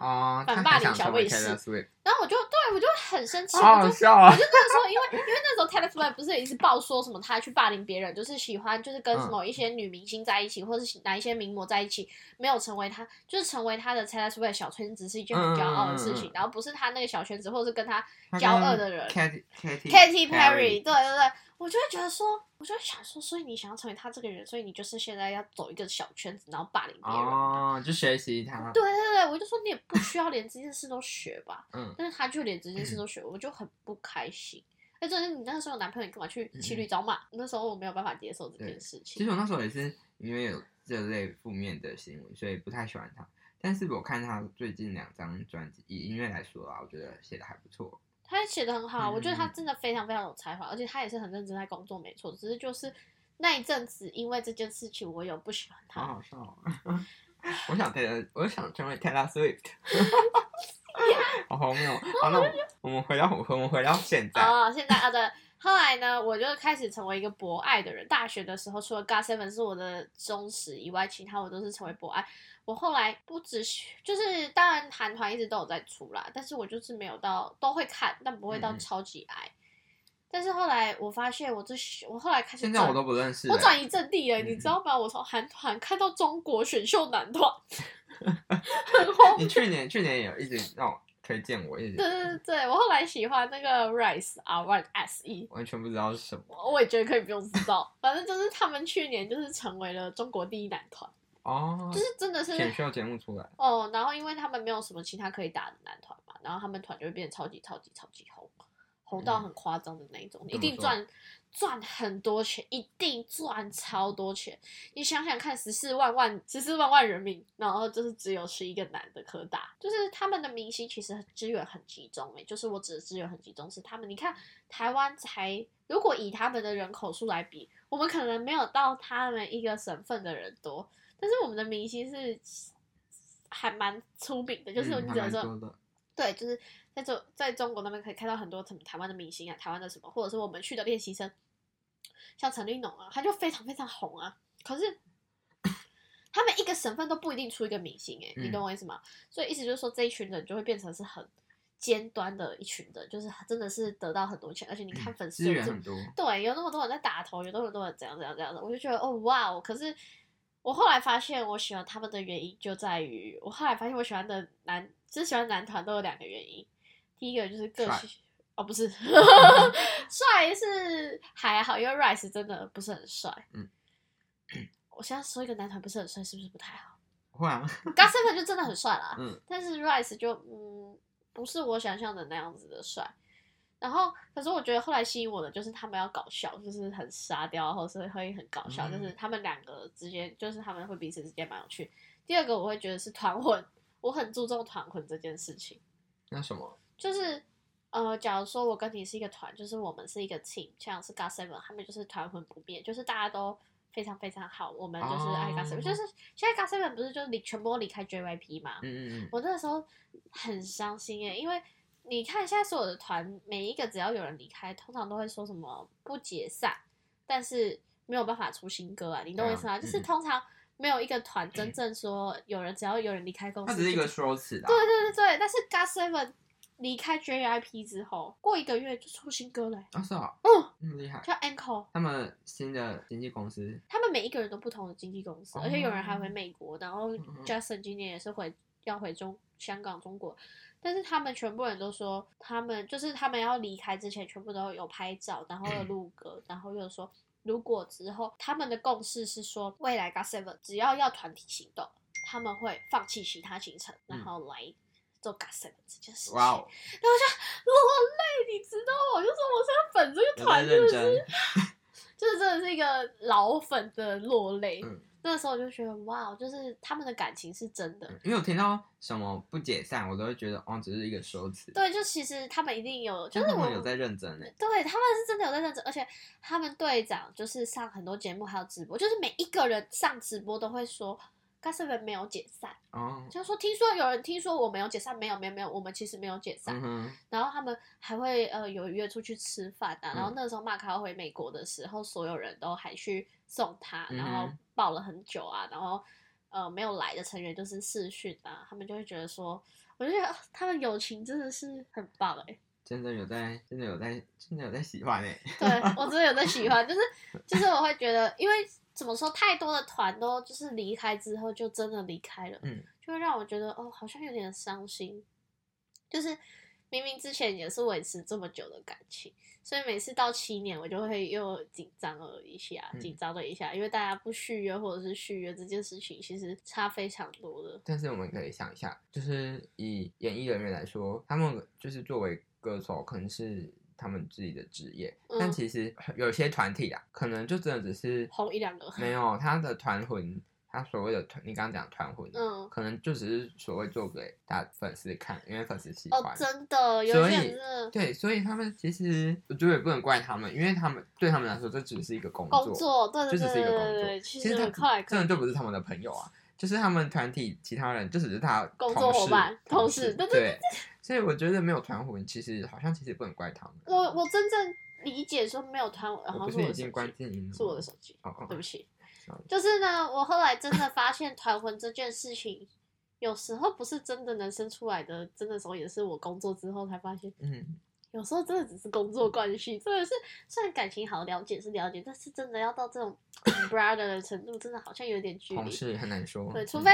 [SPEAKER 2] 哦，
[SPEAKER 1] 反
[SPEAKER 2] 她
[SPEAKER 1] 霸
[SPEAKER 2] 还
[SPEAKER 1] 凌
[SPEAKER 2] 想
[SPEAKER 1] 小
[SPEAKER 2] 成为
[SPEAKER 1] 卫士
[SPEAKER 2] Taylor Swift，
[SPEAKER 1] 然后我就对我就很生气，
[SPEAKER 2] 好
[SPEAKER 1] 我
[SPEAKER 2] 好
[SPEAKER 1] 就
[SPEAKER 2] 笑
[SPEAKER 1] 我！
[SPEAKER 2] 啊
[SPEAKER 1] 就那个时候，因为因为那时候 Taylor Swift 不是也一直爆说什么他去霸凌别人，就是喜欢就是跟
[SPEAKER 2] 嗯
[SPEAKER 1] 某一些女明星在一起，或者是哪一些名模在一起，没有成为他，就是成为他的 Taylor Swift 的小圈子是一件很骄傲的事情，
[SPEAKER 2] 嗯嗯嗯嗯
[SPEAKER 1] 然后不是他那个小圈子，或者是跟他
[SPEAKER 2] 她
[SPEAKER 1] 骄傲
[SPEAKER 2] 跟
[SPEAKER 1] 的人
[SPEAKER 2] Katy Katy
[SPEAKER 1] Katy Perry，对对对，我就会觉得说，我就会想说，所以你想要成为他这个人，所以你就是现在要走一个小圈子，然后霸凌别人。
[SPEAKER 2] 哦，就学习她，
[SPEAKER 1] 对对对，我就说你也不需要连这件事都学吧，
[SPEAKER 2] 嗯，
[SPEAKER 1] 但是他就连这件事都学，我就很不开心。哎，真的是你那时候有男朋友，你干嘛去骑驴找马？那时候我没有办法接受这件事
[SPEAKER 2] 其
[SPEAKER 1] 情。
[SPEAKER 2] 实我那时候也是因为有这类负面的新闻，所以不太喜欢她。但是我看她最近两张专辑，以音乐来说啊，我觉得写的还不错。
[SPEAKER 1] 他写的很好，
[SPEAKER 2] 嗯
[SPEAKER 1] 我觉得他真的非常非常有才华，而且他也是很认真在工作，没错。只是就是那一阵子，因为这件事情，我有不喜欢他
[SPEAKER 2] 好，好笑、哦。 我想 Taylor，我想成为 Taylor Swift。好荒谬！哦好，那我我们回到我们回到现在，
[SPEAKER 1] 哦，现在啊对。后来呢，我就开始成为一个博爱的人。大学的时候，除了 God Seven 是我的忠实以外，其他我都是成为博爱。我后来不只是，就是当然韩团一直都有在出啦，但是我就是没有到都会看，但不会到
[SPEAKER 2] 嗯嗯
[SPEAKER 1] 超级爱。但是后来我发现，我最喜我后来开始
[SPEAKER 2] 现在
[SPEAKER 1] 转
[SPEAKER 2] 我都不认识了。
[SPEAKER 1] 我转移阵地了，你
[SPEAKER 2] 嗯
[SPEAKER 1] 知道吗？我从韩团看到中国选秀男 团，很荒
[SPEAKER 2] 你去年去年也有一直让我推荐我，一
[SPEAKER 1] 对
[SPEAKER 2] 直
[SPEAKER 1] 对对对，我后来喜欢那个 Rise R One S E，
[SPEAKER 2] 完全不知道是什么。
[SPEAKER 1] 我我也觉得可以不用知道，反正就是他们去年就是成为了中国第一男团，
[SPEAKER 2] 哦
[SPEAKER 1] 就，是真的是
[SPEAKER 2] 选秀节目出来，
[SPEAKER 1] 哦，然后因为他们没有什么其他可以打的男团嘛，然后他们团就会变得超级超级超级红，红到很夸张的那一种，一定
[SPEAKER 2] 说
[SPEAKER 1] 赚赚很多钱，一定赚超多钱。你想想看，十四万万十四万万人民，然后就是只有十一个男的可打，就是他们的明星其实资源很集中、欸，就是我指的资源很集中是他们，你看台湾才如果以他们的人口数来比，我们可能没有到他们一个省份的人多，但是我们的明星是还蛮出名的，就是
[SPEAKER 2] 嗯
[SPEAKER 1] 你
[SPEAKER 2] 还
[SPEAKER 1] 只能
[SPEAKER 2] 蛮
[SPEAKER 1] 说、
[SPEAKER 2] 多的。
[SPEAKER 1] 对，就是在中在中国那边可以看到很多什么台湾的明星啊，台湾的什么，或者是我们去的练习生，像陈立农啊，他就非常非常红啊。可是他们一个省份都不一定出一个明星、欸，哎、你
[SPEAKER 2] 嗯
[SPEAKER 1] 懂我意思吗？所以意思就是说，这一群人就会变成是很尖端的一群人，就是真的是得到很多钱，而且你看粉丝
[SPEAKER 2] 嗯资
[SPEAKER 1] 有
[SPEAKER 2] 源
[SPEAKER 1] 这
[SPEAKER 2] 很多，
[SPEAKER 1] 对，有那么多人在打头，有那么多人怎样怎样怎样的，我就觉得哦哇哦！可是我后来发现，我喜欢他们的原因就在于，我后来发现我喜欢的男，就是喜欢男团都有两个原因，第一个就是个
[SPEAKER 2] 帅
[SPEAKER 1] 性。哦， 不是，帅是还好，因为 Rice 真的不是很帅。
[SPEAKER 2] 嗯，
[SPEAKER 1] 我现在说一个男团不是很帅，是不是不太好
[SPEAKER 2] 会啊，
[SPEAKER 1] g a s e v e n 就真的很帅啦，
[SPEAKER 2] 嗯
[SPEAKER 1] 但是 Rice 就嗯不是我想象的那样子的帅。然后，可是我觉得后来吸引我的就是他们要搞笑，就是很沙雕，或是会很搞笑，
[SPEAKER 2] 嗯
[SPEAKER 1] 就是他们两个之间，就是他们会彼此之间蛮有趣。第二个我会觉得是团魂，我很注重团魂这件事情。
[SPEAKER 2] 那什么，
[SPEAKER 1] 就是呃，假如说我跟你是一个团，就是我们是一个 team，像是 God Seven，他们就是团魂不灭，就是大家都非常非常好，我们就是爱 God Seven，、
[SPEAKER 2] 哦
[SPEAKER 1] 就是现在 God Seven 不是就离全部都离开 JYP 嘛？
[SPEAKER 2] 嗯嗯
[SPEAKER 1] 我那时候很伤心耶，因为你看现在所有的团，每一个只要有人离开，通常都会说什么不解散，但是没有办法出新歌啊，你懂我意思吗？
[SPEAKER 2] 对啊
[SPEAKER 1] 就是
[SPEAKER 2] 嗯嗯
[SPEAKER 1] 通常没有一个团真正说有人只要有人离开公
[SPEAKER 2] 嗯，
[SPEAKER 1] 司
[SPEAKER 2] 它
[SPEAKER 1] 就，
[SPEAKER 2] 只是一个说辞啦。
[SPEAKER 1] 对对对对，但是 God Seven 离开 JIP 之后，过一个月就出新歌了欸、
[SPEAKER 2] 啊，是啊，
[SPEAKER 1] 嗯，
[SPEAKER 2] 那么厉害。
[SPEAKER 1] 叫 Anko。
[SPEAKER 2] 他们新的经纪公司，
[SPEAKER 1] 他们每一个人都不同的经纪公司，
[SPEAKER 2] 哦
[SPEAKER 1] 而且有人还回美国，然后
[SPEAKER 2] 嗯嗯
[SPEAKER 1] Justin 今年也是回要回中香港、中国，但是他们全部人都说，他们就是他们要离开之前，全部都有拍照，然后有录歌，然后又说，如果之后他们的共识是说，未来 g o t Seven 只要要团体行动，他们会放弃其他行程，然后来做 g o t Seven 这件事情。
[SPEAKER 2] 哇
[SPEAKER 1] 然
[SPEAKER 2] 哦，
[SPEAKER 1] 后我就落泪，你知道吗？我就说我现在粉这个
[SPEAKER 2] 有在
[SPEAKER 1] 团真
[SPEAKER 2] 认
[SPEAKER 1] 的是，
[SPEAKER 2] 真，
[SPEAKER 1] 就是真的是一个老粉的落泪。
[SPEAKER 2] 嗯
[SPEAKER 1] 那时候我就觉得哇，就是他们的感情是真的。
[SPEAKER 2] 因为我听到什么不解散，我都会觉得哦，只是一个说辞。
[SPEAKER 1] 对，就其实他们一定有，就是
[SPEAKER 2] 他
[SPEAKER 1] 我
[SPEAKER 2] 们有在认真呢。
[SPEAKER 1] 对他们是真的有在认真，而且他们队长就是上很多节目还有直播，就是每一个人上直播都会说。g 是 s 没有解散，
[SPEAKER 2] 哦，
[SPEAKER 1] 就说听说有人听说我们有解散，没有没有没有，我们其实没有解散。
[SPEAKER 2] 嗯哼，
[SPEAKER 1] 然后他们还会呃有约出去吃饭啊，
[SPEAKER 2] 嗯
[SPEAKER 1] 然后那时候马卡回美国的时候，所有人都还去送他，
[SPEAKER 2] 嗯哼
[SPEAKER 1] 然后抱了很久啊，然后呃没有来的成员就是视讯啊，他们就会觉得说，我就觉得、啊他们友情真的是很棒哎、
[SPEAKER 2] 真的有在，真的有在，真的有在喜欢呢。
[SPEAKER 1] 对我真的有在喜欢，就是就是我会觉得，因为怎么说，太多的团都就是离开之后就真的离开了，
[SPEAKER 2] 嗯，
[SPEAKER 1] 就会让我觉得哦，好像有点伤心，就是明明之前也是维持这么久的感情，所以每次到七年我就会又紧张了一下，
[SPEAKER 2] 嗯
[SPEAKER 1] 紧张了一下，因为大家不续约或者是续约这件事情，其实差非常多的。
[SPEAKER 2] 但是我们可以想一下，就是以演艺人员来说，他们就是作为歌手，可能是他们自己的职业，
[SPEAKER 1] 嗯
[SPEAKER 2] 但其实有些团体啊，可能就真的只是
[SPEAKER 1] 红一两个
[SPEAKER 2] 没有他的团魂，他所谓的团，你刚刚讲团魂，
[SPEAKER 1] 嗯
[SPEAKER 2] 可能就只是所谓做给他粉丝看，因为粉丝喜欢。
[SPEAKER 1] 哦，真的，有
[SPEAKER 2] 所
[SPEAKER 1] 些
[SPEAKER 2] 以
[SPEAKER 1] 人真的
[SPEAKER 2] 对，所以他们其实我觉得也不能怪他们，因为他们对他们来说，这只是一个工作，
[SPEAKER 1] 工作，对
[SPEAKER 2] 就
[SPEAKER 1] 对
[SPEAKER 2] 只
[SPEAKER 1] 对
[SPEAKER 2] 是一
[SPEAKER 1] 对
[SPEAKER 2] 个工
[SPEAKER 1] 对
[SPEAKER 2] 作。
[SPEAKER 1] 对，
[SPEAKER 2] 其
[SPEAKER 1] 其实
[SPEAKER 2] 实他
[SPEAKER 1] 很快可
[SPEAKER 2] 真
[SPEAKER 1] 以
[SPEAKER 2] 的就不是他们的朋友啊，就是他们团体其他人，就只是他
[SPEAKER 1] 工作伙伴
[SPEAKER 2] 同
[SPEAKER 1] 同事对对
[SPEAKER 2] 对。所以我觉得没有团魂，其实好像其实不能怪他们。
[SPEAKER 1] 我我真正理解说没有团，然
[SPEAKER 2] 我
[SPEAKER 1] 后
[SPEAKER 2] 不
[SPEAKER 1] 是
[SPEAKER 2] 是
[SPEAKER 1] 我
[SPEAKER 2] 已
[SPEAKER 1] 的手
[SPEAKER 2] 经关
[SPEAKER 1] 机，
[SPEAKER 2] 静音了吗？
[SPEAKER 1] 是我的手机，
[SPEAKER 2] 哦哦
[SPEAKER 1] 对不起
[SPEAKER 2] Sorry。
[SPEAKER 1] 就是呢，我后来真的发现团魂这件事情，有时候不是真的能生出来的，真的时候也是我工作之后才发现，
[SPEAKER 2] 嗯，
[SPEAKER 1] 有时候真的只是工作关系，真的是虽然感情好了解是了解，但是真的要到这种 brother 的程度，真的好像有点距
[SPEAKER 2] 同
[SPEAKER 1] 离。
[SPEAKER 2] 事很难说。
[SPEAKER 1] 对，除
[SPEAKER 2] 嗯
[SPEAKER 1] 非、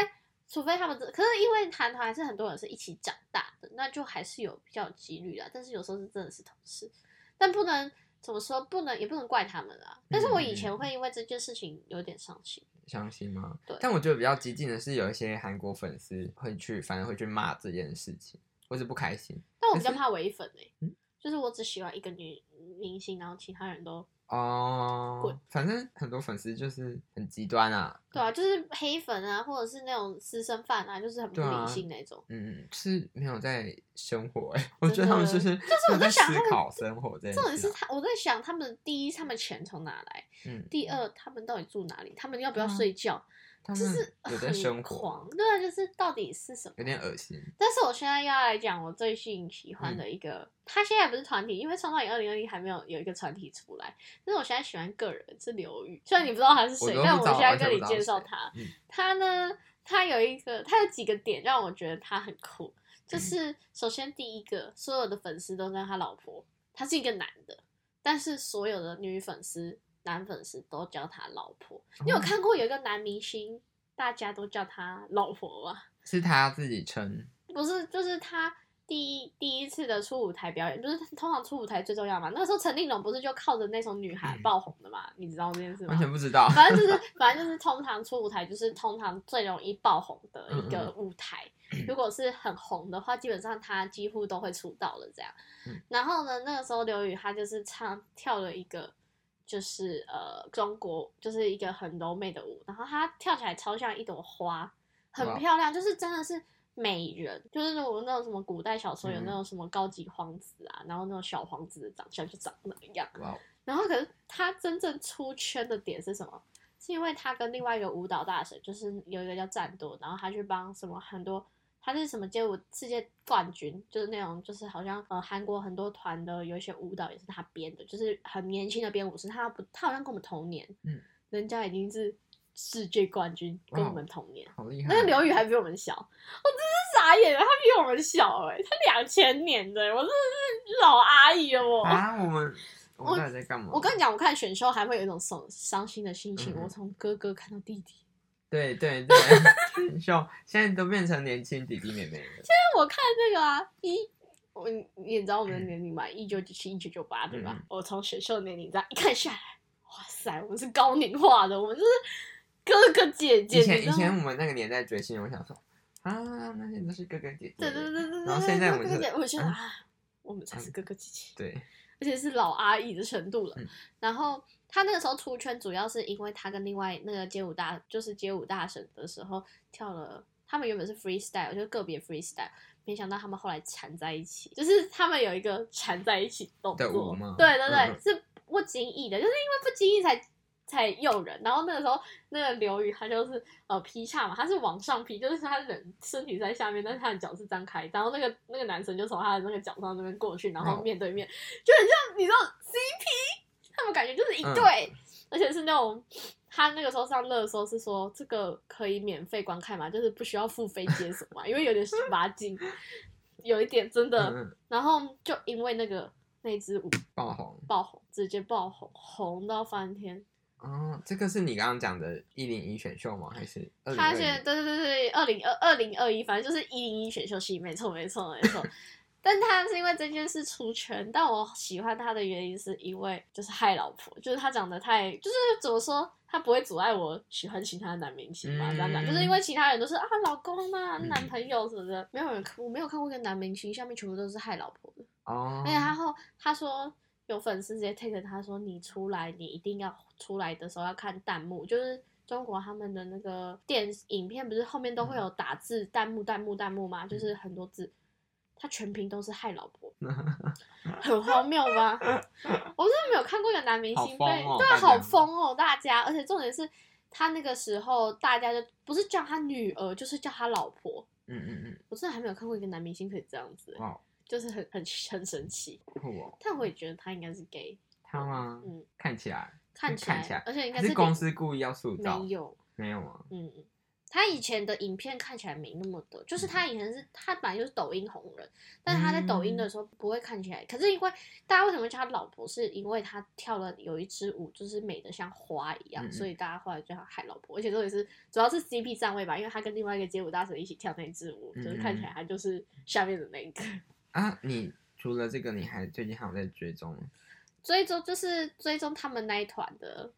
[SPEAKER 1] 除非他们真，可是因为韩团还是很多人是一起长大的，那就还是有比较有几率啦。但是有时候是真的是同事，但不能怎么说，不能也不能怪他们啦。但是我以前
[SPEAKER 2] 嗯
[SPEAKER 1] 会因为这件事情有点伤心，
[SPEAKER 2] 相信吗？
[SPEAKER 1] 对
[SPEAKER 2] 但我觉得比较激进的是，有一些韩国粉丝会去，反而会去骂这件事情，或是不开心。
[SPEAKER 1] 但我比较怕唯粉哎、
[SPEAKER 2] 嗯
[SPEAKER 1] 就是我只喜欢一个女明星，然后其他人
[SPEAKER 2] 嗯
[SPEAKER 1] 都
[SPEAKER 2] 哦、
[SPEAKER 1] 滚
[SPEAKER 2] 反正很多粉丝就是很极端啊，
[SPEAKER 1] 对啊，就是黑粉啊，或者是那种私生饭啊，就是很不
[SPEAKER 2] 对啊
[SPEAKER 1] 理性那种。
[SPEAKER 2] 嗯，是没有在生活哎、我觉得他们就是
[SPEAKER 1] 就是我在
[SPEAKER 2] 没有
[SPEAKER 1] 想
[SPEAKER 2] 思
[SPEAKER 1] 他们
[SPEAKER 2] 考生活这
[SPEAKER 1] 重
[SPEAKER 2] 件
[SPEAKER 1] 点
[SPEAKER 2] 事
[SPEAKER 1] 是
[SPEAKER 2] 啊、
[SPEAKER 1] 他，我在想他们第一，他们钱从哪来？
[SPEAKER 2] 嗯，
[SPEAKER 1] 第二，他们到底住哪里？他们要不要
[SPEAKER 2] 对啊
[SPEAKER 1] 睡觉？
[SPEAKER 2] 他
[SPEAKER 1] 就
[SPEAKER 2] 们
[SPEAKER 1] 是
[SPEAKER 2] 有在
[SPEAKER 1] 很
[SPEAKER 2] 生活
[SPEAKER 1] 狂，，对，啊就是到底是什么？
[SPEAKER 2] 有点恶嗯心。
[SPEAKER 1] 但是我现在要来讲我最近喜欢的一个，他现在不是团体，因为创造营二零二零还没有有一个团体出来。但是我现在喜欢个人是刘宇，虽然你不知道他是
[SPEAKER 2] 我
[SPEAKER 1] 谁，
[SPEAKER 2] 都不
[SPEAKER 1] 但
[SPEAKER 2] 知
[SPEAKER 1] 我
[SPEAKER 2] 道
[SPEAKER 1] 现在
[SPEAKER 2] 完全
[SPEAKER 1] 跟你
[SPEAKER 2] 不知道
[SPEAKER 1] 介绍
[SPEAKER 2] 是谁
[SPEAKER 1] 他。
[SPEAKER 2] 嗯
[SPEAKER 1] 他呢，他有一个，他有几个点让我觉得他很酷，
[SPEAKER 2] 嗯
[SPEAKER 1] 就是首先第一个，所有的粉丝都叫他老婆，他是一个男的，但是所有的女粉丝、男粉丝都叫他老婆。你有
[SPEAKER 2] 哦
[SPEAKER 1] 看过有一个男明星，大家都叫他老婆吗？
[SPEAKER 2] 是他自己称，
[SPEAKER 1] 不是，就是他第一第一次的初舞台表演，就是通常初舞台最重要嘛。那个时候陈立农不是就靠着那首《女孩》爆红的嘛？你知道这件事吗
[SPEAKER 2] 嗯完？全不知道。
[SPEAKER 1] 反正就是，反正就是，通常出舞台就是通常最容易爆红的一
[SPEAKER 2] 嗯
[SPEAKER 1] 个舞台。如果是很红的话，基本上他几乎都会出道了这样。
[SPEAKER 2] 嗯
[SPEAKER 1] 然后呢，那个时候刘宇他就是唱跳了一个，就是呃中国就是一个很柔美的舞，然后他跳起来超像一朵花，很
[SPEAKER 2] 哇哦
[SPEAKER 1] 漂亮，就是真的是。美人就是我们那种什么古代小说有那
[SPEAKER 2] 嗯
[SPEAKER 1] 种什么高级皇子啊，然后那种小皇子的长相就长那样，
[SPEAKER 2] 哇哦，
[SPEAKER 1] 然后可是他真正出圈的点是什么？是因为他跟另外一个舞蹈大神，就是有一个叫战多，然后他去帮什么很多，他是什么街舞世界冠军，就是那种就是好像呃韩国很多团的有一些舞蹈也是他编的，就是很年轻的编舞师，他不他好像跟我们同年，
[SPEAKER 2] 嗯，
[SPEAKER 1] 人家已经是世界冠军，跟
[SPEAKER 2] 哇
[SPEAKER 1] 我们同年。
[SPEAKER 2] 好厉害！哦
[SPEAKER 1] 那个刘宇还比我们小，我真是傻眼了，他比我们小哎、他两千年的、欸我真的是老阿姨了 我。
[SPEAKER 2] 啊，我们我们到底在干嘛？
[SPEAKER 1] 我跟你讲，我看选秀还会有一种伤伤心的心情。
[SPEAKER 2] 嗯
[SPEAKER 1] 我从哥哥看到弟弟，
[SPEAKER 2] 对对对，很 秀，现在都变成年轻弟弟妹妹了。
[SPEAKER 1] 但我看那个啊，一我你也知道我们的年龄嘛，一九九七、一九九八，对吧？
[SPEAKER 2] 嗯
[SPEAKER 1] 我从选秀的年龄这样一看下来，哇塞，我们是高龄化的，我们就是哥哥姐姐，
[SPEAKER 2] 以
[SPEAKER 1] 你
[SPEAKER 2] 前以
[SPEAKER 1] 知道
[SPEAKER 2] 前
[SPEAKER 1] 吗？
[SPEAKER 2] 我们那个年代追星，我想说啊，那些都是哥哥姐姐。
[SPEAKER 1] 对对对对对，
[SPEAKER 2] 然后现在我
[SPEAKER 1] 哥
[SPEAKER 2] 们
[SPEAKER 1] 哥
[SPEAKER 2] 是
[SPEAKER 1] 姐，我觉得
[SPEAKER 2] 嗯
[SPEAKER 1] 啊，我们才是哥哥姐姐。
[SPEAKER 2] 对
[SPEAKER 1] 而且是老阿姨的程度了。
[SPEAKER 2] 嗯
[SPEAKER 1] 然后他那个时候出圈，主要是因为他跟另外那个街舞大，就是街舞大神的时候跳了，他们原本是 freestyle，就是个别 freestyle，没想到他们后来缠在一起，就是他们有一个缠在一起动
[SPEAKER 2] 的舞
[SPEAKER 1] 作
[SPEAKER 2] 吗，
[SPEAKER 1] 对对对，
[SPEAKER 2] 嗯
[SPEAKER 1] 是不经意的，就是因为不经意才。才诱人，然后那个时候，那个刘宇他就是呃劈叉嘛，他是往上劈，就是他人身体在下面，但是他的脚是张开，然后那个那个男生就从他的那个脚上那边过去，然后
[SPEAKER 2] 哦
[SPEAKER 1] 面对面，就很像你知道 CP，他们感觉就是一对，而且是那种他那个时候上热搜是说这个可以免费观看嘛，就是不需要付费解锁嘛，因为有点十八禁，有一点真的，
[SPEAKER 2] 嗯，
[SPEAKER 1] 然后就因为那个那支舞
[SPEAKER 2] 爆红
[SPEAKER 1] 爆红，直接爆红，红到翻天。
[SPEAKER 2] 哦，这个是你刚刚讲的一零一选秀吗？还是二零
[SPEAKER 1] 他
[SPEAKER 2] 二
[SPEAKER 1] 现在
[SPEAKER 2] 一？
[SPEAKER 1] 对对对对，二零二二零二一，反正就是一零一选秀系，没错没错没错。但他是因为这件事出圈，但我喜欢他的原因是因为就是害老婆，就是他长得太，就是怎么说，他不会阻碍我喜欢其他的男明星嘛，
[SPEAKER 2] 嗯
[SPEAKER 1] 这样讲，就是因为其他人都是啊老公啊
[SPEAKER 2] 嗯
[SPEAKER 1] 男朋友什么的，没有人看，我没有看过一个男明星下面全部都是害老婆的。
[SPEAKER 2] 哦
[SPEAKER 1] 而，且他后他说有粉丝直接 take 他说你出来，你一定要出来的时候要看弹幕，就是中国他们的那个电影片不是后面都
[SPEAKER 2] 嗯
[SPEAKER 1] 会有打字弹幕弹幕弹幕吗？就是很多字，他全屏都是害老 婆，很荒谬吧？ 我真的没有看过有男明星被
[SPEAKER 2] 好疯哦
[SPEAKER 1] 对
[SPEAKER 2] 大
[SPEAKER 1] 啊
[SPEAKER 2] 家
[SPEAKER 1] 好疯哦，大家，而且重点是。他那个时候，大家就不是叫他女儿，就是叫他老婆。
[SPEAKER 2] 嗯嗯嗯，
[SPEAKER 1] 我真的还没有看过一个男明星可以这样子，
[SPEAKER 2] 哇，
[SPEAKER 1] 就是很很很神奇。
[SPEAKER 2] 酷哦，
[SPEAKER 1] 但我也觉得他应该是 gay，
[SPEAKER 2] 他吗？
[SPEAKER 1] 嗯，
[SPEAKER 2] 看起来
[SPEAKER 1] 看起来，
[SPEAKER 2] 嗯看起来
[SPEAKER 1] 而且应该
[SPEAKER 2] 还是
[SPEAKER 1] 脸
[SPEAKER 2] 公司故意要塑造？
[SPEAKER 1] 没有，
[SPEAKER 2] 没有啊吗？
[SPEAKER 1] 嗯，他以前的影片看起来没那么的，就是
[SPEAKER 2] 嗯
[SPEAKER 1] 他以前是他本来就是抖音红人，但是他在抖音的时候不会看起来，可是因为大家为什么叫他老婆，是因为他跳了有一支舞，就是美的像花一样，
[SPEAKER 2] 嗯嗯
[SPEAKER 1] 所以大家后来叫他海老婆，而且这也是主要是 CP 站位吧，因为他跟另外一个街舞大神一起跳那支舞，就是看起
[SPEAKER 2] 嗯
[SPEAKER 1] 来他就是下面的那一个。
[SPEAKER 2] 啊，你除了这个，你还最近还有在追踪？
[SPEAKER 1] 追踪就是追踪他们那一团的，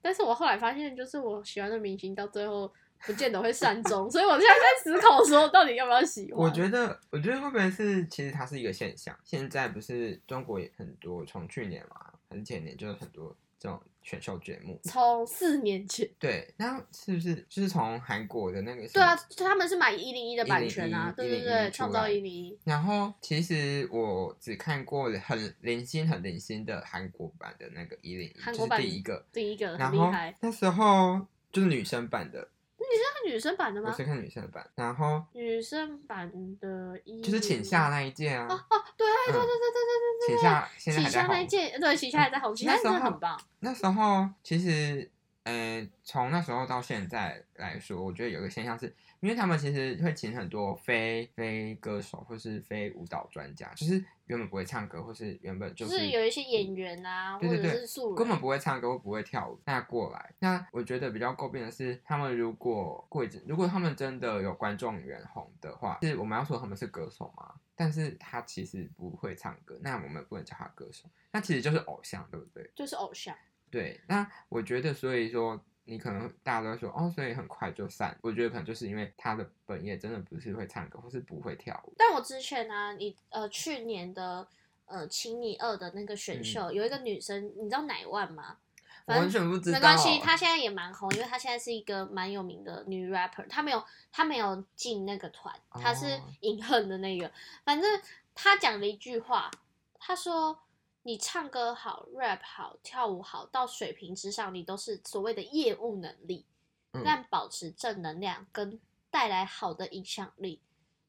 [SPEAKER 1] 但是我后来发现，就是我喜欢的明星到最后不见得会善终，所以我现在在思考说，到底要不要喜欢？
[SPEAKER 2] 我觉得，我觉得会不会是其实它是一个现象？现在不是中国也很多，从去年嘛还是前年，就是很多这种选秀节目。
[SPEAKER 1] 从四年前，
[SPEAKER 2] 对，那是不是就是从韩国的那个？
[SPEAKER 1] 对啊，就他们是买一零一的版权啊，
[SPEAKER 2] 101
[SPEAKER 1] 对对
[SPEAKER 2] 101出
[SPEAKER 1] 对，
[SPEAKER 2] 来
[SPEAKER 1] 创造一零一，
[SPEAKER 2] 然后其实我只看过很零星、很零星的韩国版的那个一零一，
[SPEAKER 1] 韩
[SPEAKER 2] 就
[SPEAKER 1] 国
[SPEAKER 2] 是
[SPEAKER 1] 版
[SPEAKER 2] 第一个。
[SPEAKER 1] 第一个
[SPEAKER 2] 然
[SPEAKER 1] 很厉
[SPEAKER 2] 后
[SPEAKER 1] 害，
[SPEAKER 2] 那时候就是女生版的，
[SPEAKER 1] 那女生版的
[SPEAKER 2] 我
[SPEAKER 1] 吗
[SPEAKER 2] 是？看女生版，然后
[SPEAKER 1] 女生版的一
[SPEAKER 2] 就是请下那一届啊，
[SPEAKER 1] 哦哦，对对对对
[SPEAKER 2] 嗯
[SPEAKER 1] 对对对
[SPEAKER 2] 请
[SPEAKER 1] 对
[SPEAKER 2] 下现在
[SPEAKER 1] 对，
[SPEAKER 2] 还
[SPEAKER 1] 启夏那
[SPEAKER 2] 在
[SPEAKER 1] 一
[SPEAKER 2] 红。
[SPEAKER 1] 届，对启夏还在红，启夏
[SPEAKER 2] 那时
[SPEAKER 1] 真
[SPEAKER 2] 候
[SPEAKER 1] 的很棒，
[SPEAKER 2] 那时候其实，呃，从那时候到现在来说，我觉得有一个现象是，因为他们其实会请很多非非歌手或是非舞蹈专家，就是原本不会唱歌，或是原本
[SPEAKER 1] 就
[SPEAKER 2] 就是
[SPEAKER 1] 有一些演员啊，
[SPEAKER 2] 对对
[SPEAKER 1] 或者
[SPEAKER 2] 对
[SPEAKER 1] 是素人，
[SPEAKER 2] 根本不会唱歌或不会跳舞，那过来。那我觉得比较诟病的是，他们如果过一阵，如果他们真的有观众缘红的话，是我们要说他们是歌手吗？但是他其实不会唱歌，那我们不能叫他歌手，那其实就是偶像，对不对？
[SPEAKER 1] 就是偶像。
[SPEAKER 2] 对，那我觉得，所以说你可能大家都会说哦，所以很快就散。我觉得可能就是因为他的本业真的不是会唱歌，或是不会跳舞。
[SPEAKER 1] 但我之前呢、你呃去年的呃《请你二》的那个选秀、有一个女生，你知道奶万吗？
[SPEAKER 2] 我
[SPEAKER 1] 反
[SPEAKER 2] 完
[SPEAKER 1] 正
[SPEAKER 2] 全不知道，
[SPEAKER 1] 没关系，她现在也蛮红，因为她现在是一个蛮有名的女 rapper。她没有她没有进那个团，
[SPEAKER 2] 哦
[SPEAKER 1] 她是隐恨的那个。反正她讲了一句话，她说：“你唱歌好，rap 好，跳舞好，到水平之上，你都是所谓的业务能力。”
[SPEAKER 2] 嗯
[SPEAKER 1] 但保持正能量跟带来好的影响力，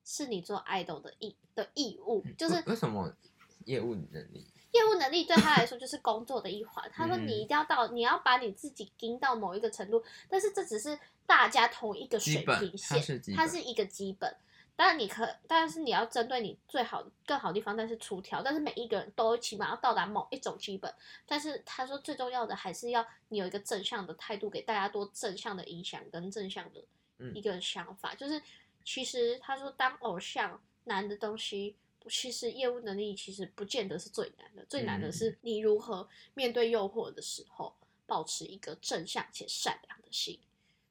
[SPEAKER 1] 是你做 idol 的义的义务，就是
[SPEAKER 2] 为为什么业务能力？
[SPEAKER 1] 业务能力对他来说就是工作的一环。他说
[SPEAKER 2] 嗯
[SPEAKER 1] 你一定要到，你要把你自己盯到某一个程度，但是这只是大家同一个水
[SPEAKER 2] 基本
[SPEAKER 1] 平
[SPEAKER 2] 它
[SPEAKER 1] 线，
[SPEAKER 2] 是基本
[SPEAKER 1] 它是一个基本。当然你可，但是你要针对你最好更好的地方，但是出挑，但是每一个人都起码要到达某一种基本。但是他说最重要的还是要你有一个正向的态度，给大家多正向的影响跟正向的
[SPEAKER 2] 嗯
[SPEAKER 1] 一个想法，就是其实他说当偶像难的东西，其实业务能力其实不见得是最难的，最难的
[SPEAKER 2] 嗯
[SPEAKER 1] 是你如何面对诱惑的时候，保持一个正向且善良的心。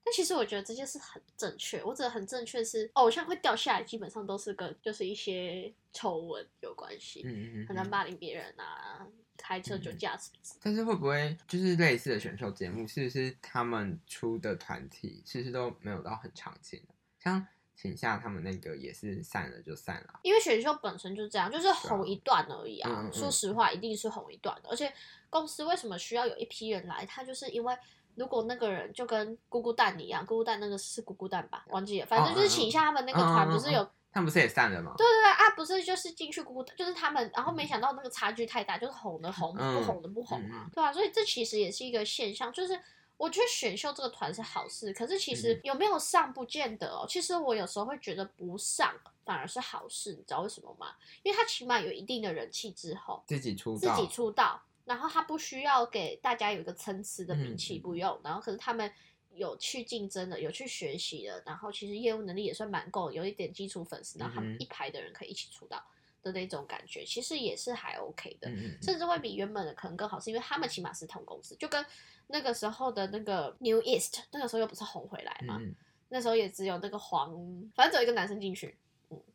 [SPEAKER 1] 但其实我觉得这件事很正确，我指的很正确是哦偶像会掉下来，基本上都是跟就是一些丑闻有关系，
[SPEAKER 2] 嗯嗯嗯嗯
[SPEAKER 1] 可能霸凌别人啊，开车酒驾什么之类的
[SPEAKER 2] 但是会不会就是类似的选秀节目，是不是他们出的团体其实都没有到很常见的？像请下他们那个也是散了就散了，
[SPEAKER 1] 因为选秀本身就这样，就是红一段而已啊。
[SPEAKER 2] 嗯嗯嗯
[SPEAKER 1] 说实话，一定是红一段的。而且公司为什么需要有一批人来？他就是因为如果那个人就跟咕咕蛋一样，咕咕蛋那个是咕咕蛋吧，忘记了，反正就是请一下他们那个团，
[SPEAKER 2] 哦嗯嗯嗯
[SPEAKER 1] 不是有、
[SPEAKER 2] 他们不是也散了吗？
[SPEAKER 1] 对对对啊，不是就是进去咕咕蛋，就是他们，然后没想到那个差距太大，就是红的红，
[SPEAKER 2] 嗯
[SPEAKER 1] 不红的不红，
[SPEAKER 2] 嗯嗯
[SPEAKER 1] 对啊，所以这其实也是一个现象，就是。我觉得选秀这个团是好事，可是
[SPEAKER 2] 嗯
[SPEAKER 1] 其实有没有上不见得哦。其实我有时候会觉得不上反而是好事，你知道为什么吗？因为他起码有一定的人气之后，
[SPEAKER 2] 自己出
[SPEAKER 1] 自
[SPEAKER 2] 道，
[SPEAKER 1] 己出道，然后他不需要给大家有一个参差的名气，
[SPEAKER 2] 嗯
[SPEAKER 1] 不用。然后可是他们有去竞争的，有去学习的，然后其实业务能力也算蛮够，有一点基础粉丝，然后他们
[SPEAKER 2] 嗯哼
[SPEAKER 1] 一排的人可以一起出道的那种感觉，其实也是还 OK 的。
[SPEAKER 2] 嗯嗯嗯
[SPEAKER 1] 甚至会比原本的可能更好，是因为他们起码是同公司，就跟那个时候的那个 New East，那个时候又不是红回来
[SPEAKER 2] 嗯
[SPEAKER 1] 嘛，
[SPEAKER 2] 嗯
[SPEAKER 1] 那时候也只有那个黄，反正只有一个男生进去，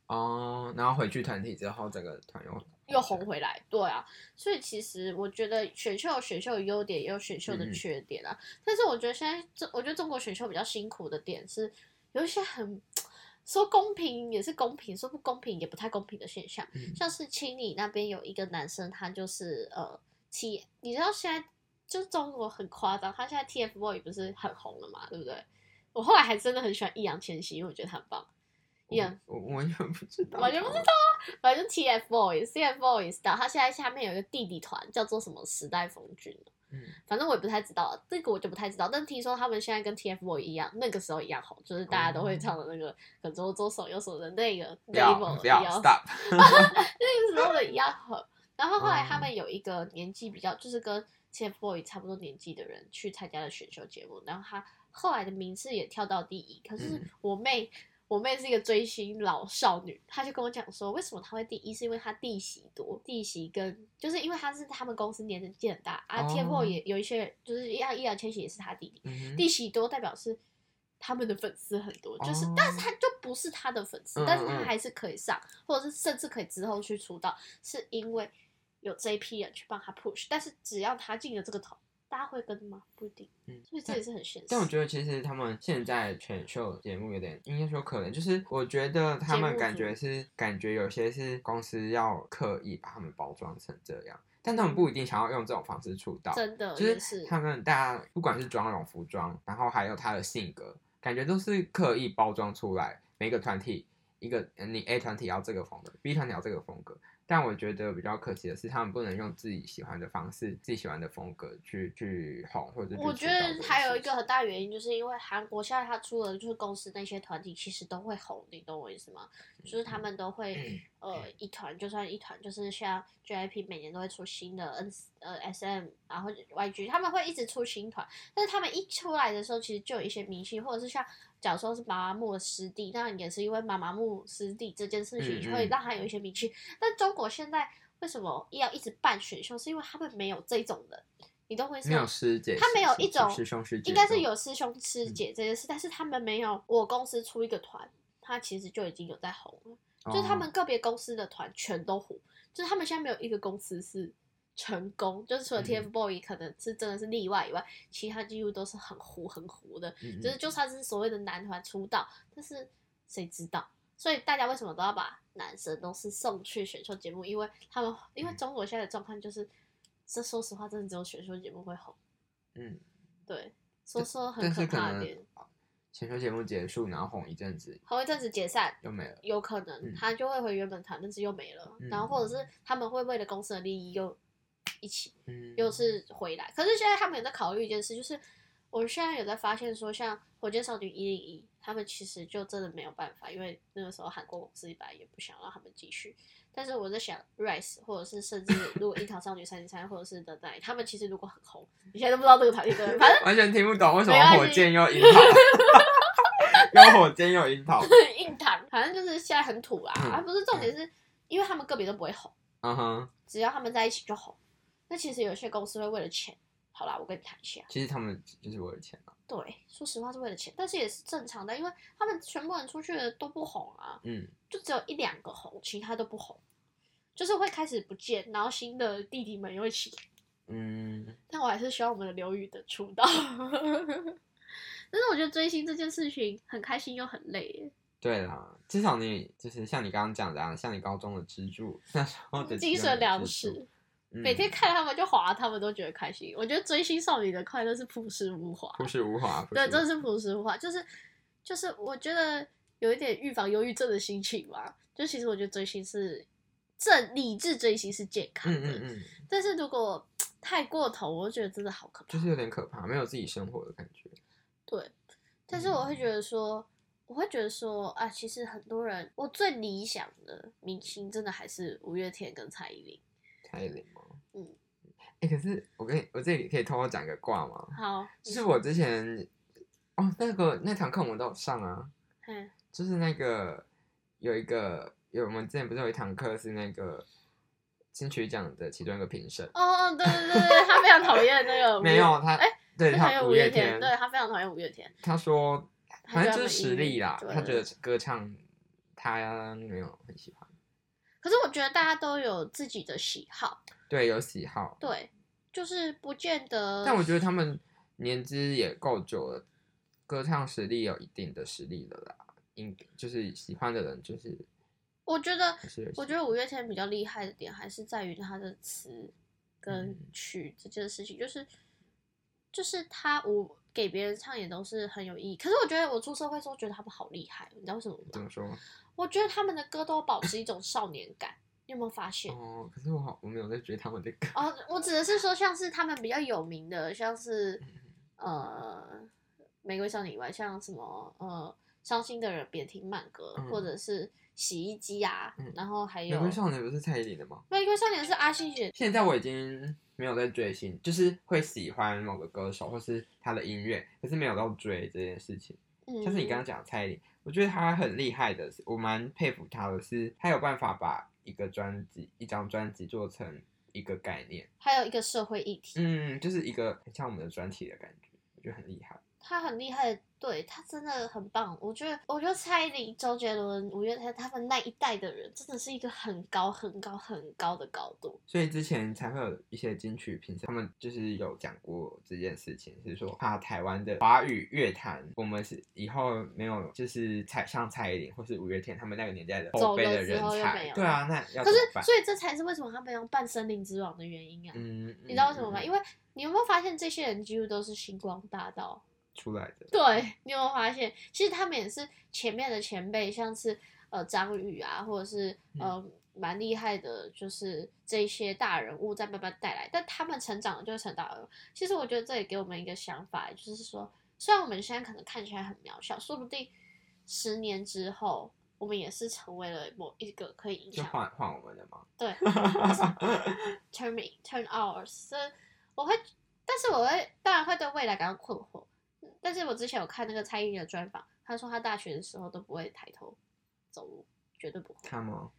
[SPEAKER 2] 哦，然后回去团体之后，整个团又
[SPEAKER 1] 又红回来，对啊，所以其实我觉得选秀有选秀的优点，也有选秀的
[SPEAKER 2] 嗯
[SPEAKER 1] 缺点啊。但是我觉得现在这，我觉得中国选秀比较辛苦的点是，有一些很说公平也是公平，说不公平也不太公平的现象。
[SPEAKER 2] 嗯
[SPEAKER 1] 像是青你那边有一个男生，他就是呃 T，你知道现在就是中国很夸张，他现在 TFBOY 不是很红了嘛，对不对？我后来还真的很喜欢易烊千玺，因为我觉得他很棒。易烊
[SPEAKER 2] 我我完全不知道，
[SPEAKER 1] 完全不知道啊，反正 E，TFBOYS，TFBOYS 的，他现在下面有一个弟弟团叫做什么时代风云，
[SPEAKER 2] 嗯，
[SPEAKER 1] 反正我也不太知道啊，这个我就不太知道。但听说他们现在跟 TFBOYS E 一样，那个时候一样红，就是大家都会唱的那个“可左左手右手的那个
[SPEAKER 2] 不要
[SPEAKER 1] level”
[SPEAKER 2] 不
[SPEAKER 1] 一
[SPEAKER 2] 要
[SPEAKER 1] 样，
[SPEAKER 2] stop，
[SPEAKER 1] 那个时候的一样红。然后后来
[SPEAKER 2] 嗯
[SPEAKER 1] 他们有一个年纪比较，就是跟 TFBOYS 差不多年纪的人去参加了选秀节目，然后他后来的名次也跳到第一。可是
[SPEAKER 2] 嗯
[SPEAKER 1] 我妹，我妹是一个追星老少女，她就跟我讲说，为什么她会第一，是因为她弟媳多，弟媳跟就是因为她是他们公司年纪很大啊、
[SPEAKER 2] 哦
[SPEAKER 1] t f b o y s 也有一些人就是像易烊千玺也是他弟弟，
[SPEAKER 2] 嗯哼
[SPEAKER 1] 弟媳多代表是。他们的粉丝很多，就是，但是
[SPEAKER 2] 哦
[SPEAKER 1] 他就不是他的粉丝，
[SPEAKER 2] 嗯
[SPEAKER 1] 但是他
[SPEAKER 2] 嗯嗯
[SPEAKER 1] 还是可以上，或者是甚至可以之后去出道，是因为有这一批人去帮他 push。但是只要他进了这个团，大家会跟吗？不一定，
[SPEAKER 2] 嗯
[SPEAKER 1] 所以这也是很现实。
[SPEAKER 2] 但我觉得其实他们现在选秀节目有点，应该说可能就是，我觉得他
[SPEAKER 1] 节
[SPEAKER 2] 们
[SPEAKER 1] 目
[SPEAKER 2] 感
[SPEAKER 1] 组
[SPEAKER 2] 觉是感觉有些是公司要刻意把他们包装成这样，但他们不一定想要用这种方式出道，
[SPEAKER 1] 真的
[SPEAKER 2] 就
[SPEAKER 1] 也
[SPEAKER 2] 是
[SPEAKER 1] 是，
[SPEAKER 2] 他们大家不管是妆容、服装，然后还有他的性格，感觉都是刻意包装出来，每个团体一个呃你 A 团体要这个风格，B 团体要这个风格，但我觉得比较可惜的是，他们不能用自己喜欢的方式、自己喜欢的风格去去哄，或者去
[SPEAKER 1] 我
[SPEAKER 2] 主
[SPEAKER 1] 觉
[SPEAKER 2] 导这
[SPEAKER 1] 得还有
[SPEAKER 2] 事
[SPEAKER 1] 一个
[SPEAKER 2] 情
[SPEAKER 1] 很大原因，就是因为韩国现在他出了就是公司那些团体，其实都会红，你懂我意思吗？就是他们都会
[SPEAKER 2] 嗯
[SPEAKER 1] 呃一团，就算一团，就是像 JYP 每年都会出新的 N 呃 SM，然后 YG 他们会一直出新团，但是他们一出来的时候，其实就有一些明星，或者是像假如说是妈妈木的师弟，那也是因为妈妈木师弟这件事情
[SPEAKER 2] 嗯嗯
[SPEAKER 1] 会让他有一些名气。但中国现在为什么要一直办选秀，是因为他们没有这种人，你懂我意思
[SPEAKER 2] 没
[SPEAKER 1] 吗
[SPEAKER 2] 有？师姐，
[SPEAKER 1] 他没有
[SPEAKER 2] 师
[SPEAKER 1] 一
[SPEAKER 2] 姐
[SPEAKER 1] 种
[SPEAKER 2] 师兄师姐，
[SPEAKER 1] 应该是。有师兄
[SPEAKER 2] 嗯
[SPEAKER 1] 师姐这件事，但是他们没有我公司出一个团，他其实就已经有在红了，就是他
[SPEAKER 2] 哦
[SPEAKER 1] 们个别公司的团全都红，就是他们现在没有一个公司是成功，就是除了
[SPEAKER 2] 嗯
[SPEAKER 1] TFBOY 可能是真的是例外以外，其他几乎都是很糊很糊的，
[SPEAKER 2] 嗯，嗯
[SPEAKER 1] 就是就算是所谓的男团出道，但是谁知道？所以大家为什么都要把男生都是送去选秀节目？因为他们因
[SPEAKER 2] 嗯
[SPEAKER 1] 为中国现在的状况就是，这说实话真的只有选秀节目会红。
[SPEAKER 2] 嗯，
[SPEAKER 1] 对，说说很
[SPEAKER 2] 但
[SPEAKER 1] 可
[SPEAKER 2] 是
[SPEAKER 1] 怕的
[SPEAKER 2] 能
[SPEAKER 1] 点，
[SPEAKER 2] 选秀节目结束，然后哄一阵子
[SPEAKER 1] 红一阵子解散，
[SPEAKER 2] 又没了。
[SPEAKER 1] 有可能
[SPEAKER 2] 嗯
[SPEAKER 1] 他就会回原本团，但是又没了。
[SPEAKER 2] 嗯
[SPEAKER 1] 然后或者是他们会为了公司的利益又一起
[SPEAKER 2] 嗯，
[SPEAKER 1] 又是回来。可是现在他们有在考虑一件事，就是我现在有在发现说，像火箭少女一零一，他们其实就真的没有办法，因为那个时候韩国公司一般也不想让他们继续。但是我在想，Rise 或者是甚至如果樱桃少女三十三或者是 The Night，他们其实如果很红，你现在都不知道这个团体对不对，反正
[SPEAKER 2] 完全听不懂为什
[SPEAKER 1] 没
[SPEAKER 2] 么
[SPEAKER 1] 关系
[SPEAKER 2] 火箭又樱桃，有火箭 又樱桃。
[SPEAKER 1] 硬糖，反正就是现在很土啦。
[SPEAKER 2] 嗯
[SPEAKER 1] 啊，不是重点是，因为他们个别都不会红，
[SPEAKER 2] 嗯哼，
[SPEAKER 1] 只要他们在一起就红。那其实有些公司会为了钱，好啦，我跟你谈一下。
[SPEAKER 2] 其实他们就是为了钱啊。
[SPEAKER 1] 对，说实话是为了钱，但是也是正常的，因为他们全部人出去的都不红啊，
[SPEAKER 2] 嗯，
[SPEAKER 1] 就只有一两个红，其他都不红，就是会开始不见，然后新的弟弟们又会起来
[SPEAKER 2] 嗯，
[SPEAKER 1] 但我还是希望我们的刘宇的出道。 但是我觉得追星这件事情很开心又很累耶，
[SPEAKER 2] 对啦，至少你就是像你刚刚讲的、啊，像你高中的支柱，那时候的
[SPEAKER 1] 精
[SPEAKER 2] 基本
[SPEAKER 1] 神
[SPEAKER 2] 的
[SPEAKER 1] 粮
[SPEAKER 2] 支
[SPEAKER 1] 食。
[SPEAKER 2] 柱，嗯
[SPEAKER 1] 每天看他们就滑，他们都觉得开心。我觉得追星少女的快乐是朴实无华，
[SPEAKER 2] 朴实无华。朴
[SPEAKER 1] 对，
[SPEAKER 2] 实
[SPEAKER 1] 真
[SPEAKER 2] 无
[SPEAKER 1] 的是朴实无华，就是就是我觉得有一点预防忧郁症的心情吧。就其实我觉得追星是正理智追星是健康
[SPEAKER 2] 嗯
[SPEAKER 1] 的，
[SPEAKER 2] 嗯嗯，
[SPEAKER 1] 但是如果太过头，我就觉得真的好可怕。
[SPEAKER 2] 就是有点可怕，没有自己生活的感觉。
[SPEAKER 1] 对，但是我
[SPEAKER 2] 嗯
[SPEAKER 1] 会觉得说，我会觉得说啊，其实很多人，我最理想的明星真的还是五月天跟蔡依林。
[SPEAKER 2] 蔡依林吗？
[SPEAKER 1] 嗯。
[SPEAKER 2] 哎、可是我跟你，我这里可以偷偷讲个卦吗？
[SPEAKER 1] 好，
[SPEAKER 2] 就是我之前，哦，那个那堂课我们都有上啊，
[SPEAKER 1] 嗯，
[SPEAKER 2] 就是那个有一个有我们之前不是有一堂课是那个金曲奖的其中一个评审，
[SPEAKER 1] 哦哦，对对对对，他非常讨厌那个
[SPEAKER 2] 没
[SPEAKER 1] 五月
[SPEAKER 2] 有他，
[SPEAKER 1] 哎
[SPEAKER 2] 对
[SPEAKER 1] 非常讨
[SPEAKER 2] 他
[SPEAKER 1] 厌
[SPEAKER 2] 五
[SPEAKER 1] 五月
[SPEAKER 2] 月
[SPEAKER 1] 天，对他非常讨厌五月天。
[SPEAKER 2] 他说
[SPEAKER 1] 他
[SPEAKER 2] 反
[SPEAKER 1] 觉
[SPEAKER 2] 正
[SPEAKER 1] 得
[SPEAKER 2] 就是
[SPEAKER 1] 他们
[SPEAKER 2] 实
[SPEAKER 1] 音乐
[SPEAKER 2] 力啦，
[SPEAKER 1] 对
[SPEAKER 2] 他觉得歌唱他没有很喜欢，
[SPEAKER 1] 可是我觉得大家都有自己的喜好，
[SPEAKER 2] 对，有喜好，
[SPEAKER 1] 对，就是不见得。
[SPEAKER 2] 但我觉得他们年资也够久了，歌唱实力有一定的实力了啦。应就是喜欢的人就是
[SPEAKER 1] 我觉得
[SPEAKER 2] 还是有喜
[SPEAKER 1] 我觉得五月天比较厉害的点还是在于他的词跟
[SPEAKER 2] 嗯
[SPEAKER 1] 曲这件事情，就是就是他我给别人唱也都是很有意义。可是我觉得我出社会之后觉得他们好厉害，哦你知道为什么
[SPEAKER 2] 怎
[SPEAKER 1] 吗？
[SPEAKER 2] 么说？
[SPEAKER 1] 我觉得他们的歌都保持一种少年感，你有没有发现？
[SPEAKER 2] 哦，可是我好我没有在追他们的歌。
[SPEAKER 1] 哦，我指的是说，像是他们比较有名的，像是
[SPEAKER 2] 嗯
[SPEAKER 1] 呃玫瑰少女以外，像什么呃伤心的人别听慢歌，
[SPEAKER 2] 嗯
[SPEAKER 1] 或者是洗衣机啊，
[SPEAKER 2] 嗯
[SPEAKER 1] 然后还
[SPEAKER 2] 玫
[SPEAKER 1] 有
[SPEAKER 2] 瑰少年不是蔡依林的吗？
[SPEAKER 1] 玫瑰少年是阿信写，
[SPEAKER 2] 现在我已经没有在追星，就是会喜欢某个歌手或是他的音乐，可是没有到追这件事情。
[SPEAKER 1] 嗯，
[SPEAKER 2] 像是你刚刚讲的蔡依林，我觉得她很厉害的是，我蛮佩服她的是，她有办法把一个专辑、一张专辑做成一个概念。
[SPEAKER 1] 还有一个社会议题，
[SPEAKER 2] 嗯，就是一个很像我们的专题的感觉，我觉得很厉害。
[SPEAKER 1] 他很厉害，对他真的很棒。我觉得，我觉得蔡依林、周杰伦、五月天他们那一代的人，真的是一个很高、很高、很高的高度。
[SPEAKER 2] 所以之前才会有一些金曲评审，他们就是有讲过这件事情，是说怕台湾的华语乐坛，我们是以后没有就是蔡像蔡依林或是五月天他们那个年代的
[SPEAKER 1] 走
[SPEAKER 2] 后辈
[SPEAKER 1] 了
[SPEAKER 2] 的
[SPEAKER 1] 之
[SPEAKER 2] 人
[SPEAKER 1] 后又没
[SPEAKER 2] 才。
[SPEAKER 1] 有
[SPEAKER 2] 对啊，那要
[SPEAKER 1] 可
[SPEAKER 2] 怎
[SPEAKER 1] 是
[SPEAKER 2] 么办？，
[SPEAKER 1] 所以这才是为什么他们要办《森林之王》的原因啊。
[SPEAKER 2] 嗯，
[SPEAKER 1] 你知道为什么吗？
[SPEAKER 2] 嗯嗯
[SPEAKER 1] 因为你有没有发现这些人几乎都是星光大道？
[SPEAKER 2] 出来的，
[SPEAKER 1] 对，你有没有发现？
[SPEAKER 2] 嗯
[SPEAKER 1] 其实他们也是前面的前辈，像是呃张宇啊，或者是呃、蛮厉害的，就是这些大人物在慢慢带来，但他们成长了就会成大人物。其实我觉得这也给我们一个想法，就是说，虽然我们现在可能看起来很渺小，说不定十年之后，我们也是成为了某一个可以影
[SPEAKER 2] 就
[SPEAKER 1] 响
[SPEAKER 2] 换换我们的嘛。
[SPEAKER 1] 对 turn me turn ours，所以我会，但是我会当然会对未来感到困惑。但是我之前有看那个蔡依林的专访，她说她大学的时候都不会抬头走路，绝对不会。
[SPEAKER 2] 他吗？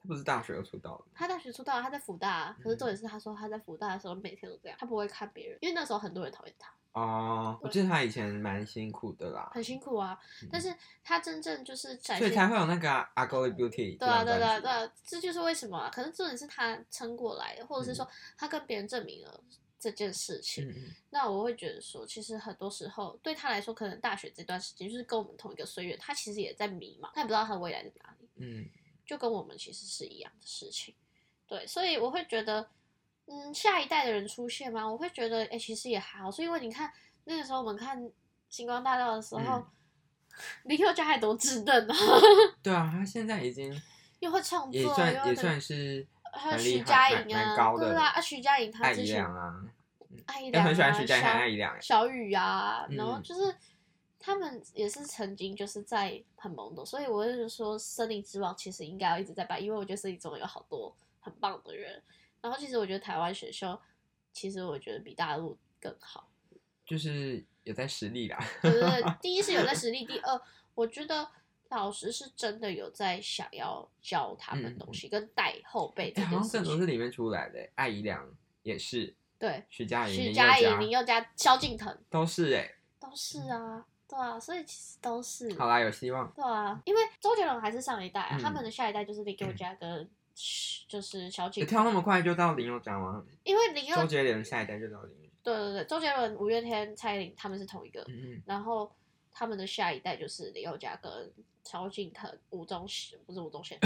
[SPEAKER 2] 他不是大学就出道的吗，
[SPEAKER 1] 她大学出道，她在福大，啊可是
[SPEAKER 2] 嗯
[SPEAKER 1] 重点是她说她在福大的时候每天都这样，她不会看别人，因为那时候很多人讨厌她，
[SPEAKER 2] 哦，我记得他以前蛮辛苦的啦，嗯
[SPEAKER 1] 很辛苦啊。但是她真正就是展
[SPEAKER 2] 所
[SPEAKER 1] 现
[SPEAKER 2] 以才会有那个啊《Ugly Beauty》
[SPEAKER 1] 对啊，
[SPEAKER 2] 这
[SPEAKER 1] 对啊，
[SPEAKER 2] 张专辑
[SPEAKER 1] 对啊，这就是为什么、啊。可是重点是她撑过来的，或者是说她跟别人证明了这件事情。
[SPEAKER 2] 嗯嗯
[SPEAKER 1] 那我会觉得说，其实很多时候对他来说，可能大学这段时间就是跟我们同一个岁月，他其实也在迷茫，他也不知道他未来在哪里，
[SPEAKER 2] 嗯，
[SPEAKER 1] 就跟我们其实是一样的事情。对，所以我会觉得，嗯，下一代的人出现吗？我会觉得，哎、其实也还好。所以因为你看那个时候我们看《星光大道》的时候，
[SPEAKER 2] 嗯
[SPEAKER 1] 林宥嘉还多稚嫩啊，
[SPEAKER 2] 对啊，他现在已经
[SPEAKER 1] 又会创作，
[SPEAKER 2] 也
[SPEAKER 1] 又会
[SPEAKER 2] 算也
[SPEAKER 1] 那个
[SPEAKER 2] 算是
[SPEAKER 1] 还有
[SPEAKER 2] 很
[SPEAKER 1] 徐
[SPEAKER 2] 厉
[SPEAKER 1] 佳
[SPEAKER 2] 害
[SPEAKER 1] 莹
[SPEAKER 2] 蛮
[SPEAKER 1] 啊
[SPEAKER 2] 蛮高的，
[SPEAKER 1] 对啊，啊徐佳莹她
[SPEAKER 2] 艾
[SPEAKER 1] 之
[SPEAKER 2] 怡
[SPEAKER 1] 前
[SPEAKER 2] 良啊，
[SPEAKER 1] 艾怡
[SPEAKER 2] 我
[SPEAKER 1] 良啊，
[SPEAKER 2] 很喜欢徐佳莹和
[SPEAKER 1] 萧
[SPEAKER 2] 艾怡良欸，
[SPEAKER 1] 小雨啊，
[SPEAKER 2] 嗯
[SPEAKER 1] 然后就是、他们也是曾经就是在很懵懂，所以我就是说《森林之王》其实应该要一直在办，因为我觉得《森林之王》有好多很棒的人。然后其实我觉得台湾选秀，其实我觉得比大陆更好，
[SPEAKER 2] 就是有在实力啦，
[SPEAKER 1] 对对对， 第一是有在实力，第二我觉得。老师是真的有在想要教他
[SPEAKER 2] 嗯
[SPEAKER 1] 们东西，跟带后辈这
[SPEAKER 2] 欸好
[SPEAKER 1] 件
[SPEAKER 2] 像
[SPEAKER 1] 事
[SPEAKER 2] 这都
[SPEAKER 1] 情。
[SPEAKER 2] 是里面出来的欸，艾怡良也是，
[SPEAKER 1] 对，
[SPEAKER 2] 徐佳莹、
[SPEAKER 1] 徐
[SPEAKER 2] 林
[SPEAKER 1] 佳
[SPEAKER 2] 宥
[SPEAKER 1] 莹、
[SPEAKER 2] 嘉
[SPEAKER 1] 林宥嘉、萧敬腾
[SPEAKER 2] 都是哎，
[SPEAKER 1] 都是啊，对啊，所以其实都是。
[SPEAKER 2] 好啦，有希望，
[SPEAKER 1] 对啊，因为周杰伦还是上一代、啊，
[SPEAKER 2] 嗯
[SPEAKER 1] 他们的下一代就是林宥嘉跟就是萧
[SPEAKER 2] 欸
[SPEAKER 1] 敬
[SPEAKER 2] 跳那
[SPEAKER 1] 腾，
[SPEAKER 2] 么快就到林宥嘉吗？
[SPEAKER 1] 因为林宥
[SPEAKER 2] 周杰伦下一代就到林宥嘉，
[SPEAKER 1] 对对对，周杰伦、五月天、蔡依林他们是同一个，
[SPEAKER 2] 嗯嗯，
[SPEAKER 1] 然后他们的下一代就是林宥嘉跟萧敬腾、吴宗宪，不是吴宗 宪，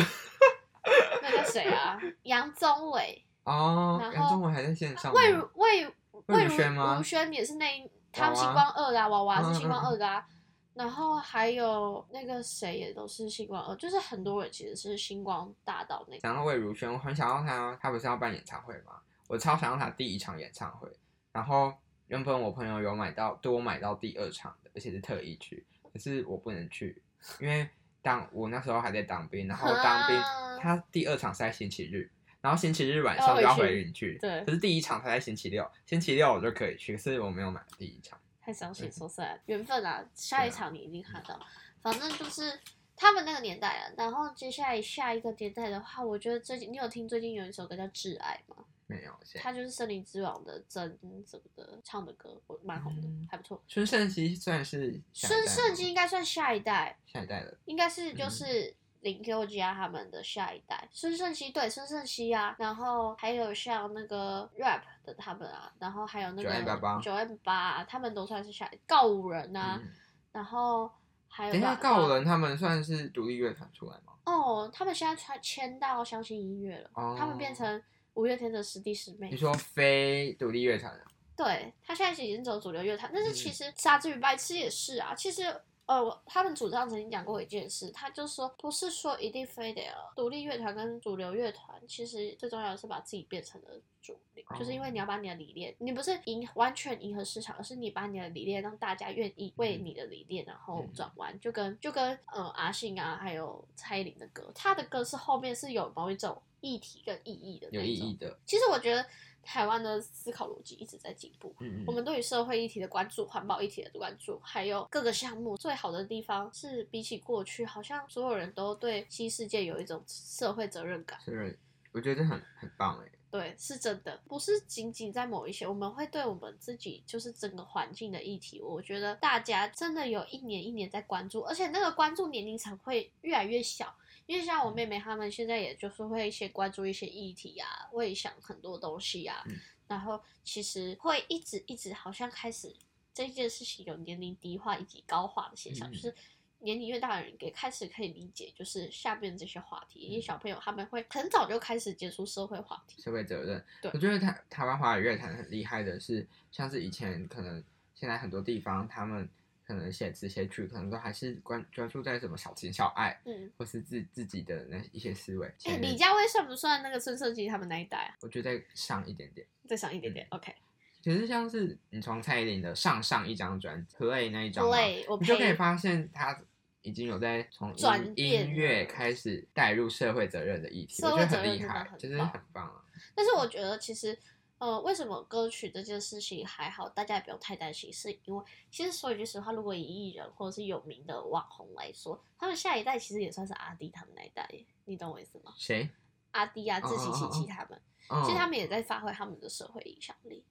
[SPEAKER 1] 那叫谁啊？杨宗纬、
[SPEAKER 2] 哦
[SPEAKER 1] 然，
[SPEAKER 2] 杨
[SPEAKER 1] 后
[SPEAKER 2] 宗纬还在线上吗，
[SPEAKER 1] 魏如魏
[SPEAKER 2] 魏
[SPEAKER 1] 魏
[SPEAKER 2] 如
[SPEAKER 1] 如
[SPEAKER 2] 萱吗
[SPEAKER 1] 如萱也是那一，他们
[SPEAKER 2] 娃
[SPEAKER 1] 星
[SPEAKER 2] 娃
[SPEAKER 1] 光二的、啊、娃娃
[SPEAKER 2] 嗯嗯
[SPEAKER 1] 是星光二的、啊。然后还有那个谁也都是星光二，就是很多人其实是星光大道那个。
[SPEAKER 2] 讲到魏如萱，我很想要她，啊她不是要办演唱会吗？我超想要她第一场演唱会。然后原本我朋友有买到，对我买到第二场的，而且是特意去，可是我不能去，因为当我那时候还在当兵，然后当兵
[SPEAKER 1] 啊，
[SPEAKER 2] 他第二场是在星期日，然后星期日晚上就要回营区，
[SPEAKER 1] 对
[SPEAKER 2] 可是第一场他在星期六，星期六我就可以去，可是我没有买第一场。
[SPEAKER 1] 太伤心，说实在，缘分啊，下一场你一定看到。反正就是他们那个年代啊，然后接下来下一个年代的话，我觉得最近你有听最近有一首歌叫《挚爱》吗？
[SPEAKER 2] 没有，现在
[SPEAKER 1] 它就是森林之王的曾什么的唱的歌，我蛮红的
[SPEAKER 2] 嗯，
[SPEAKER 1] 还不错。
[SPEAKER 2] 孙盛熙算是下一代
[SPEAKER 1] 孙
[SPEAKER 2] 吗
[SPEAKER 1] 盛基应该算下一代，
[SPEAKER 2] 下一代的，
[SPEAKER 1] 应该是就是林宥嘉他们的下一代，孙盛熙对孙盛熙啊，然后还有像那个 rap 的他们啊，然后还有那个
[SPEAKER 2] 9M88
[SPEAKER 1] 九 M 八、啊他们都算是下一告五人啊，
[SPEAKER 2] 嗯
[SPEAKER 1] 然后还有
[SPEAKER 2] 等一下，
[SPEAKER 1] 吧
[SPEAKER 2] 告人他们算是独立乐团出来吗？
[SPEAKER 1] 哦，他们现在签签到相信音乐了，
[SPEAKER 2] 哦
[SPEAKER 1] 他们变成五月天的师弟师妹
[SPEAKER 2] 你。说非独立乐团啊？
[SPEAKER 1] 对他现在已经走主流乐坛，但是
[SPEAKER 2] 嗯
[SPEAKER 1] 其实傻子与白痴也是啊，其实。呃，我他们主唱曾经讲过一件事，他就说不是说一定非得要独立乐团跟主流乐团，其实最重要的是把自己变成了主流，
[SPEAKER 2] 哦
[SPEAKER 1] 就是因为你要把你的理念，你不是迎完全迎合市场，而是你把你的理念让大家愿意为你的理念然后
[SPEAKER 2] 嗯
[SPEAKER 1] 转弯，就跟就跟呃阿信啊，还有蔡依林的歌，他的歌是后面是有某一种议题跟意义的那
[SPEAKER 2] 有意
[SPEAKER 1] 种
[SPEAKER 2] 义的，
[SPEAKER 1] 其实我觉得台湾的思考逻辑一直在进步。
[SPEAKER 2] 嗯
[SPEAKER 1] 我们对于社会议题的关注、环保议题的关注，还有各个项目，最好的地方是比起过去，好像所有人都对新世界有一种社会责任感。
[SPEAKER 2] 是，我觉得这很很棒哎，
[SPEAKER 1] 对，是真的，不是仅仅在某一些，我们会对我们自己就是整个环境的议题，我觉得大家真的有一年一年在关注，而且那个关注年龄层会越来越小。因为像我妹妹她们现在也就是会一些关注一些议题啊，会想很多东西啊，
[SPEAKER 2] 嗯
[SPEAKER 1] 然后其实会一直一直好像开始这件事情有年龄低化以及高化的现象，
[SPEAKER 2] 嗯
[SPEAKER 1] 就是年龄越大的人也开始可以理解，就是下面这些话题，
[SPEAKER 2] 嗯
[SPEAKER 1] 因为小朋友他们会很早就开始接触社会话题，
[SPEAKER 2] 社会责任。
[SPEAKER 1] 对
[SPEAKER 2] 我觉得台台湾华语乐坛很厉害的是，像是以前可能现在很多地方他们。可能写词写曲，可能都还是关专注在什么小情小爱，
[SPEAKER 1] 嗯，
[SPEAKER 2] 或是自自己的那一些思维。
[SPEAKER 1] 哎、
[SPEAKER 2] 前面
[SPEAKER 1] 李佳薇算不算那个孙胜基他们那一代啊？
[SPEAKER 2] 我觉得上一点点。
[SPEAKER 1] 再想一点
[SPEAKER 2] 嗯
[SPEAKER 1] 点，OK。
[SPEAKER 2] 其实像是你从蔡依林的上上一张专辑《Play》那一张嘛，
[SPEAKER 1] 对，我
[SPEAKER 2] 你就可以
[SPEAKER 1] 陪
[SPEAKER 2] 发现她已经有在从
[SPEAKER 1] 转
[SPEAKER 2] 音
[SPEAKER 1] 变
[SPEAKER 2] 音乐
[SPEAKER 1] 了
[SPEAKER 2] 开始带入社会责任的议题，我
[SPEAKER 1] 社
[SPEAKER 2] 觉
[SPEAKER 1] 会
[SPEAKER 2] 得
[SPEAKER 1] 责
[SPEAKER 2] 很
[SPEAKER 1] 任
[SPEAKER 2] 厉
[SPEAKER 1] 真的
[SPEAKER 2] 害，
[SPEAKER 1] 很
[SPEAKER 2] 就是
[SPEAKER 1] 棒
[SPEAKER 2] 很棒啊。
[SPEAKER 1] 但是我觉得其实，呃，为什么歌曲这件事情还好，大家也不用太担心，是因为其实说一句实话，如果以艺人或者是有名的网红来说，他们下一代其实也算是阿弟他们那一代耶，你懂我意思吗？
[SPEAKER 2] 谁？
[SPEAKER 1] 阿弟啊，自己
[SPEAKER 2] 哦哦
[SPEAKER 1] 琪
[SPEAKER 2] 哦
[SPEAKER 1] 琪他们，
[SPEAKER 2] 嗯
[SPEAKER 1] 其实他们也在发挥他们的社会影响力。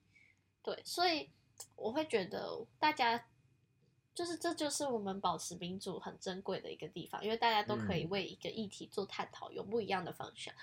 [SPEAKER 1] 对，所以我会觉得大家就是这就是我们保持民主很珍贵的一个地方，因为大家都可以
[SPEAKER 2] 嗯
[SPEAKER 1] 为一个议题做探讨，有不一样的方向。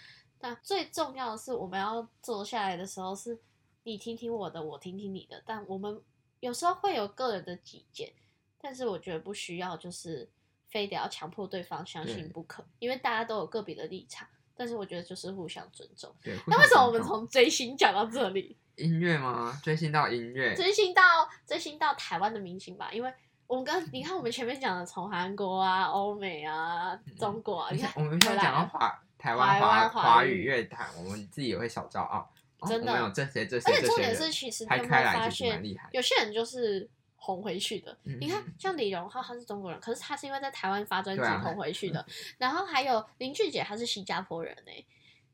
[SPEAKER 1] 那最重要的是，我们要坐下来的时候是，你听听我的，我听听你的，但我们有时候会有个人的己见，但是我觉得不需要就是非得要强迫对方相
[SPEAKER 2] 对
[SPEAKER 1] 信不可，因为大家都有个别的立场。但是我觉得就是互相尊重。
[SPEAKER 2] 对，
[SPEAKER 1] 那为什么我们
[SPEAKER 2] 互相尊重
[SPEAKER 1] 从追星讲到这里？
[SPEAKER 2] 音乐吗？追星到音乐，
[SPEAKER 1] 追星到追星到台湾的明星吧，因为我们刚你看我们前面讲的从韩国啊、欧美啊、
[SPEAKER 2] 嗯
[SPEAKER 1] 中国啊，
[SPEAKER 2] 你
[SPEAKER 1] 你
[SPEAKER 2] 看
[SPEAKER 1] 看
[SPEAKER 2] 我们现在讲到
[SPEAKER 1] 回
[SPEAKER 2] 华台
[SPEAKER 1] 台
[SPEAKER 2] 湾
[SPEAKER 1] 湾
[SPEAKER 2] 华
[SPEAKER 1] 华
[SPEAKER 2] 华
[SPEAKER 1] 语
[SPEAKER 2] 语乐坛，我们自己也会小骄傲。哦
[SPEAKER 1] 真的
[SPEAKER 2] 我们有这些这些
[SPEAKER 1] 而且
[SPEAKER 2] 这
[SPEAKER 1] 重
[SPEAKER 2] 些
[SPEAKER 1] 点
[SPEAKER 2] 人
[SPEAKER 1] 是，其实你
[SPEAKER 2] 拍
[SPEAKER 1] 有没有
[SPEAKER 2] 开来
[SPEAKER 1] 发
[SPEAKER 2] 其实蛮
[SPEAKER 1] 现，
[SPEAKER 2] 厉害的。
[SPEAKER 1] 有些人就是红回去的。
[SPEAKER 2] 嗯
[SPEAKER 1] 你看，像李荣浩，他是中国人，可是他是因为在台湾发专辑
[SPEAKER 2] 对啊
[SPEAKER 1] 红回去的。 然后还有林俊杰，他是新加坡人哎、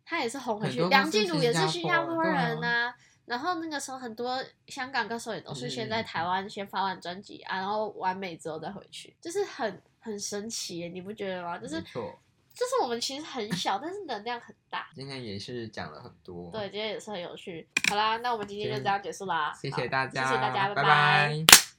[SPEAKER 1] 他也是红回
[SPEAKER 2] 很
[SPEAKER 1] 去。
[SPEAKER 2] 多都
[SPEAKER 1] 梁
[SPEAKER 2] 是
[SPEAKER 1] 静茹也是新
[SPEAKER 2] 新
[SPEAKER 1] 加
[SPEAKER 2] 加
[SPEAKER 1] 坡
[SPEAKER 2] 坡
[SPEAKER 1] 人
[SPEAKER 2] 对啊
[SPEAKER 1] 呐、然后那个时候很多香港歌手也都是先在
[SPEAKER 2] 嗯
[SPEAKER 1] 台湾先发完专辑啊，然后完美之后再回去，就是很很神奇欸耶、你不觉得吗？就是
[SPEAKER 2] 没错，
[SPEAKER 1] 就是我们其实很小，但是能量很大。
[SPEAKER 2] 今天也是讲了很多。
[SPEAKER 1] 对，，今天也是很有趣。好啦，那我们今天就这样结束啦。
[SPEAKER 2] 谢
[SPEAKER 1] 好
[SPEAKER 2] 谢大家，
[SPEAKER 1] 谢谢大家，
[SPEAKER 2] 拜
[SPEAKER 1] 拜
[SPEAKER 2] 拜